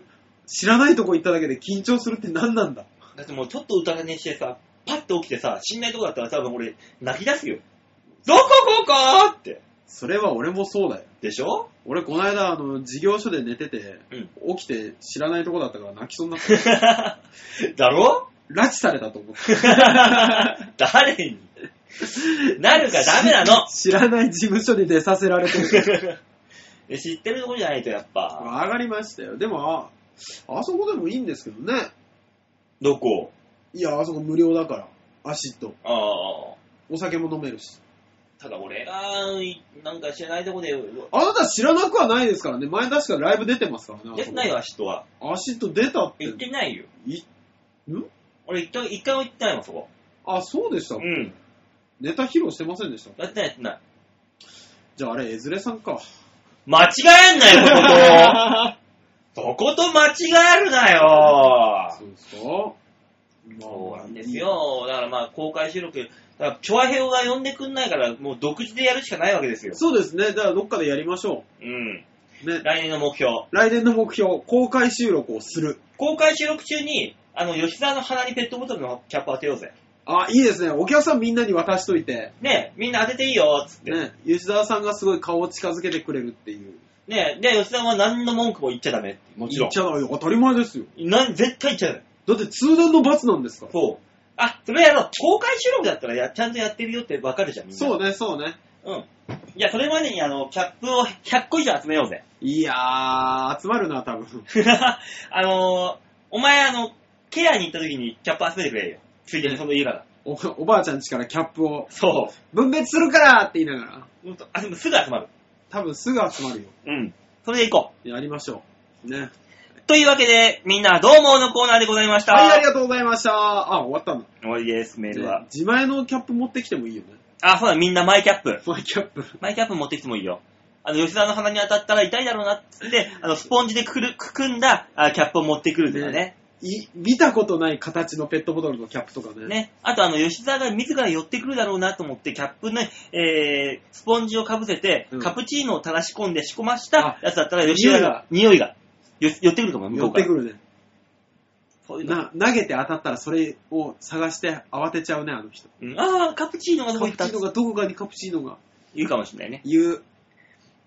知らないとこ行っただけで緊張するって何なんだだってもうちょっと疑いにしてさ、パッと起きてさ、死んないとこだったら多分俺泣き出すよ。どこここって。それは俺もそうだよ。でしょ 俺、この間、あの、事業所で寝てて、起きて知らないとこだったから泣きそうになった。だろ 拉致されたと思って。誰になるかダメなの 知らない事務所に出させられてる。で知ってるとこじゃないとやっぱ。上がりましたよ。でも、ああそこでもいいんですけどね。どこいや、あそこ無料だから。アシッド。ああ。お酒も飲めるし。ただ俺が、いなんか知らないとこで、あなた知らなくはないですからね。前確かライブ出てますからね。あそこ出てないわ、人は。アシッド出たって。行ってないよ。いん俺一回、一回も行ってないもん、そこ。あ、そうでしたう。ん。ネタ披露してませんでした。やってない、やってない。じゃああれ、エズレさん か。間違えんなよ、 そこと。そこと間違えるなよそ。うですかそうなんです。よ。だからまあ、公開収録、だから、チョアヘオが呼んでくんないから、もう独自でやるしかないわけですよ。そうですね。じゃあ、どっかでやりましょうん。う。ね。来年の目標。来年の目標、公開収録をする。公開収録中に、あの、吉沢の鼻にペットボトルのキャップ当てようぜ。あ、いいですね。お客さんみんなに渡しといて、ねみんな当てていいよ、つって。ね、吉沢さんがすごい顔を近づけてくれるっていう。ねで、吉沢は何の文句も言っちゃダメ。もちろん言っ。ちゃないよ。当たり前ですよ。なん絶対言っちゃダメ。だって通年の罰なんですから。そう。あ、それやろう。公開収録だったらや、ちゃんとやってるよってわかるじゃん、みんな。そうう。ね、そうね。うん。いや、それまでにあの、キャップを100個以上集めようぜ。 いやー、集まるな、多分。あのー、お前あの、ケアに行った時にキャップ集めてくれよ。ついでにその家から。おおばあちゃん家からキャップをそ分別するからって言いながら、う。ほんとあ、でもすぐ集まる。多分すぐ集まるよ。うん。それで行こやりましょう。ね。う。というわけで、みんなどうものコーナーでございました。はい、ありがとうございました。あ、終わったんだ。終わりです、メールは。自前のキャップ持ってきてもいいよね。あ、そうだ、みんなマイキャップ。マイキャップ。マイキャップ持ってきてもいいよ。あの、吉沢の鼻に当たったら痛いだろうなっつって、あの、スポンジでくる、くくんだ、あキャップを持ってくるとかね。い見たことない形のペットボトルのキャップとかね。ね。あと、あの、吉沢が自ら寄ってくるだろうなと思って、キャップね、えー、スポンジをかぶせて、うんカプチーノを垂らし込んで仕込ましたあやつだったら、吉沢が、匂いが、よ寄ってくると思う、向こ寄うっから。てくるね。そういうの。な、投げて当たったらそれを探して慌てちゃうね、あの人。うんあー、カプチーノがどカこプ行っチたーノがどこかにカプチーノが言うかもしれないね。言う。だか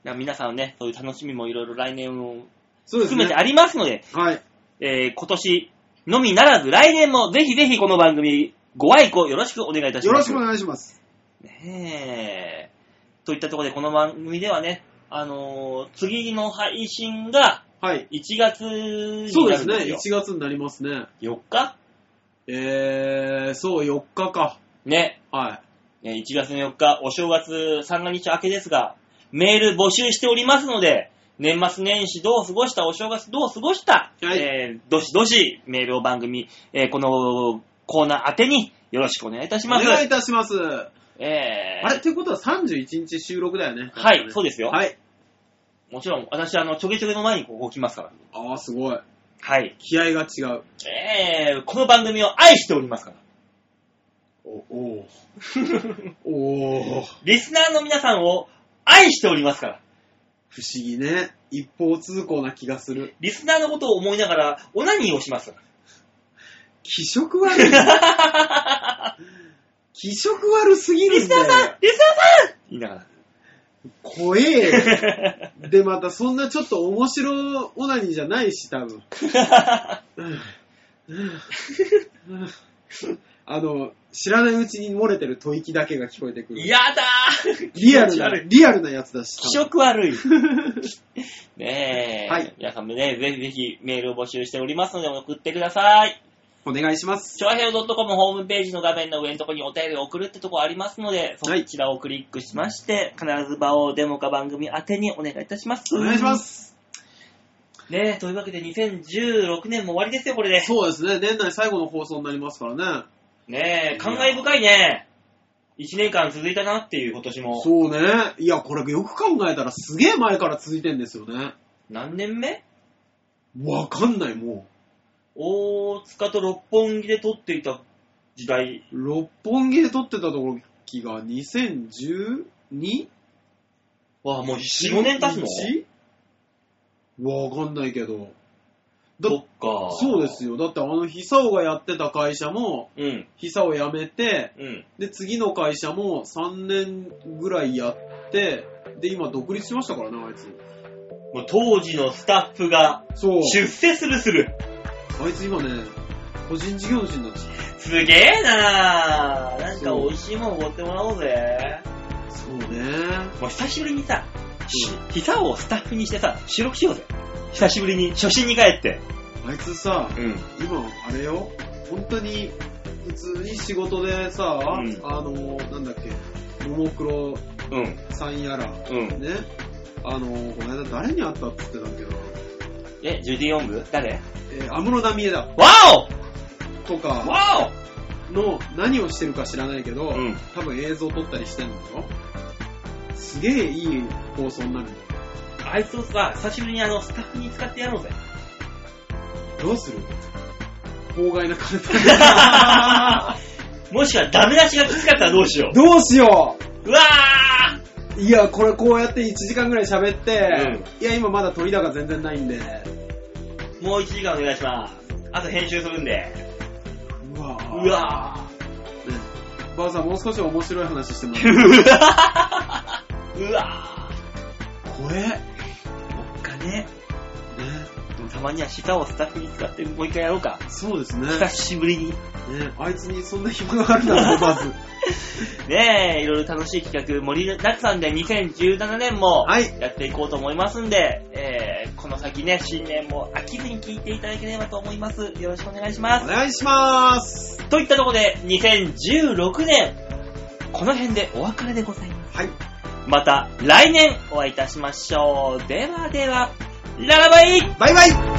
ら皆さんね、そういう楽しみもいろいろ来年もそうです含めてね。ありますので、はい。えー今年のみならず、来年もぜひぜひこの番組、ご愛顧よろしくお願いいたしよまろす。しくお願いします。ねえ。といったところで、この番組ではね、あのー次の配信がはい。 1月にそうでなるすんね。ですよ。 1月になりますね。 4日えー、そう、4日か。ね。はね1月の4日、お正月三が日明けですが、メール募集しておりますので、年末年始どう過ごした、お正月どう過ごした、はいえーどしどしメールを番組、えーこのコーナー宛てによろしくお願いいたしい。おます。願いいたします。えー、あれってことは31日収録だよね。はい、そうですよ。はい。もちろん、私、あの、ちょげちょげの前にここ来ますから。ああ、すごい。はい。気合が違う。えー、この番組を愛しておりますから。お、おーおーリスナーの皆さんを愛しておりますから。不思議ね。一方通行な気がする。リスナーのことを思いながら、オナニーをしますか気色悪 い。ら。気色悪すぎリるんスだナーさんよ。リスナーさん言いなが怖えよ。ら。で、またそんなちょっと面白オナニーじゃないし、多 分。あの、知らないうちに漏れてる吐息だけが聞こえてくる。やだーリア気持ルちな、悪いリアルなやつだし。気色 悪い。ねえ、はい皆さんもね、ぜひぜひメールを募集しておりますので、送ってください。お願いします。チョアヘオ .com ホームページの画面の上のところにお便りを送るってとこありますので、そちらをクリックしまして、必ず場をデモか番組宛てにお願いいたします。お願いしま。す。ねえ、というわけで2016年も終わりですよ、これで。そうですね、年内最後の放送になりますからね。ねえ、感慨深いね。1年間続いたなっていう今年も。そうね。いや、これよく考えたらすげえ前から続いてんですよね。何年目わかんない、も大塚と六本木で撮っていた時代。う。六本木で撮ってた時が 2012? わあ、もう4、5年経つの 1? わかんないけど。だそっか。そうですよ。よ。だってあの、久男がやってた会社も、うん、久男辞めて、うん。で、次の会社も3年ぐらいやって、で、今独立しましたからね、あいつ。もう当時のスタッフがそう。出世するする。あいつ今ね、個人事業主になっちゃっすげえなぁ。なんか美味しいもんおごってもらおうぜ。た。そうね。もう久しぶりにさ、しヒサをスタッフにしてさ、収録しようぜ。久しぶりに、初心に帰って。あいつさ、うん。今、あれよ、本当に、普通に仕事でさ、んあの、なんだっけ、ももクロうん。さんやら、うん。ね、あの、この間誰に会ったって言ってたけど、え、ジュディ・オング誰えー、安室奈美恵だワとオかワの何をしてるか知らないけど、オうん。多分映像撮ったりしてんのよ。すげえいい放送になるよ。あいつをさ、久しぶりにあの、スタッフに使ってやろ うぜ。どうする法外な感じ。もしくはダメ出しがきつかったらどうし よ どうしようう。うわいや、これこうやって1時間ぐらい喋って、ういや、今まだ取り高全然ないんで、ーもう1時間お願いします。あと編集するんで。うわうぁ。わーねばあさん、もう少し面白い話してもら って。うわぁ怖え。ね、おっかね。どうたまには舌をスタッフに使ってもう一回やろうか。そうです ね。久しぶりに。ねあいつにそんな暇があるなら、まず。ねえ、いろいろ楽しい企画盛りだくさんで2017年もはいやっていこうと思いますんで、えー、この先ね、新年も飽きずに聞いていただければと思います。よろしくお願いしまおす。願いします。といったところで、2016年、この辺でお別れでございます。はい。また来年お会いいたしましょう。ではでは、ララバイバイバイ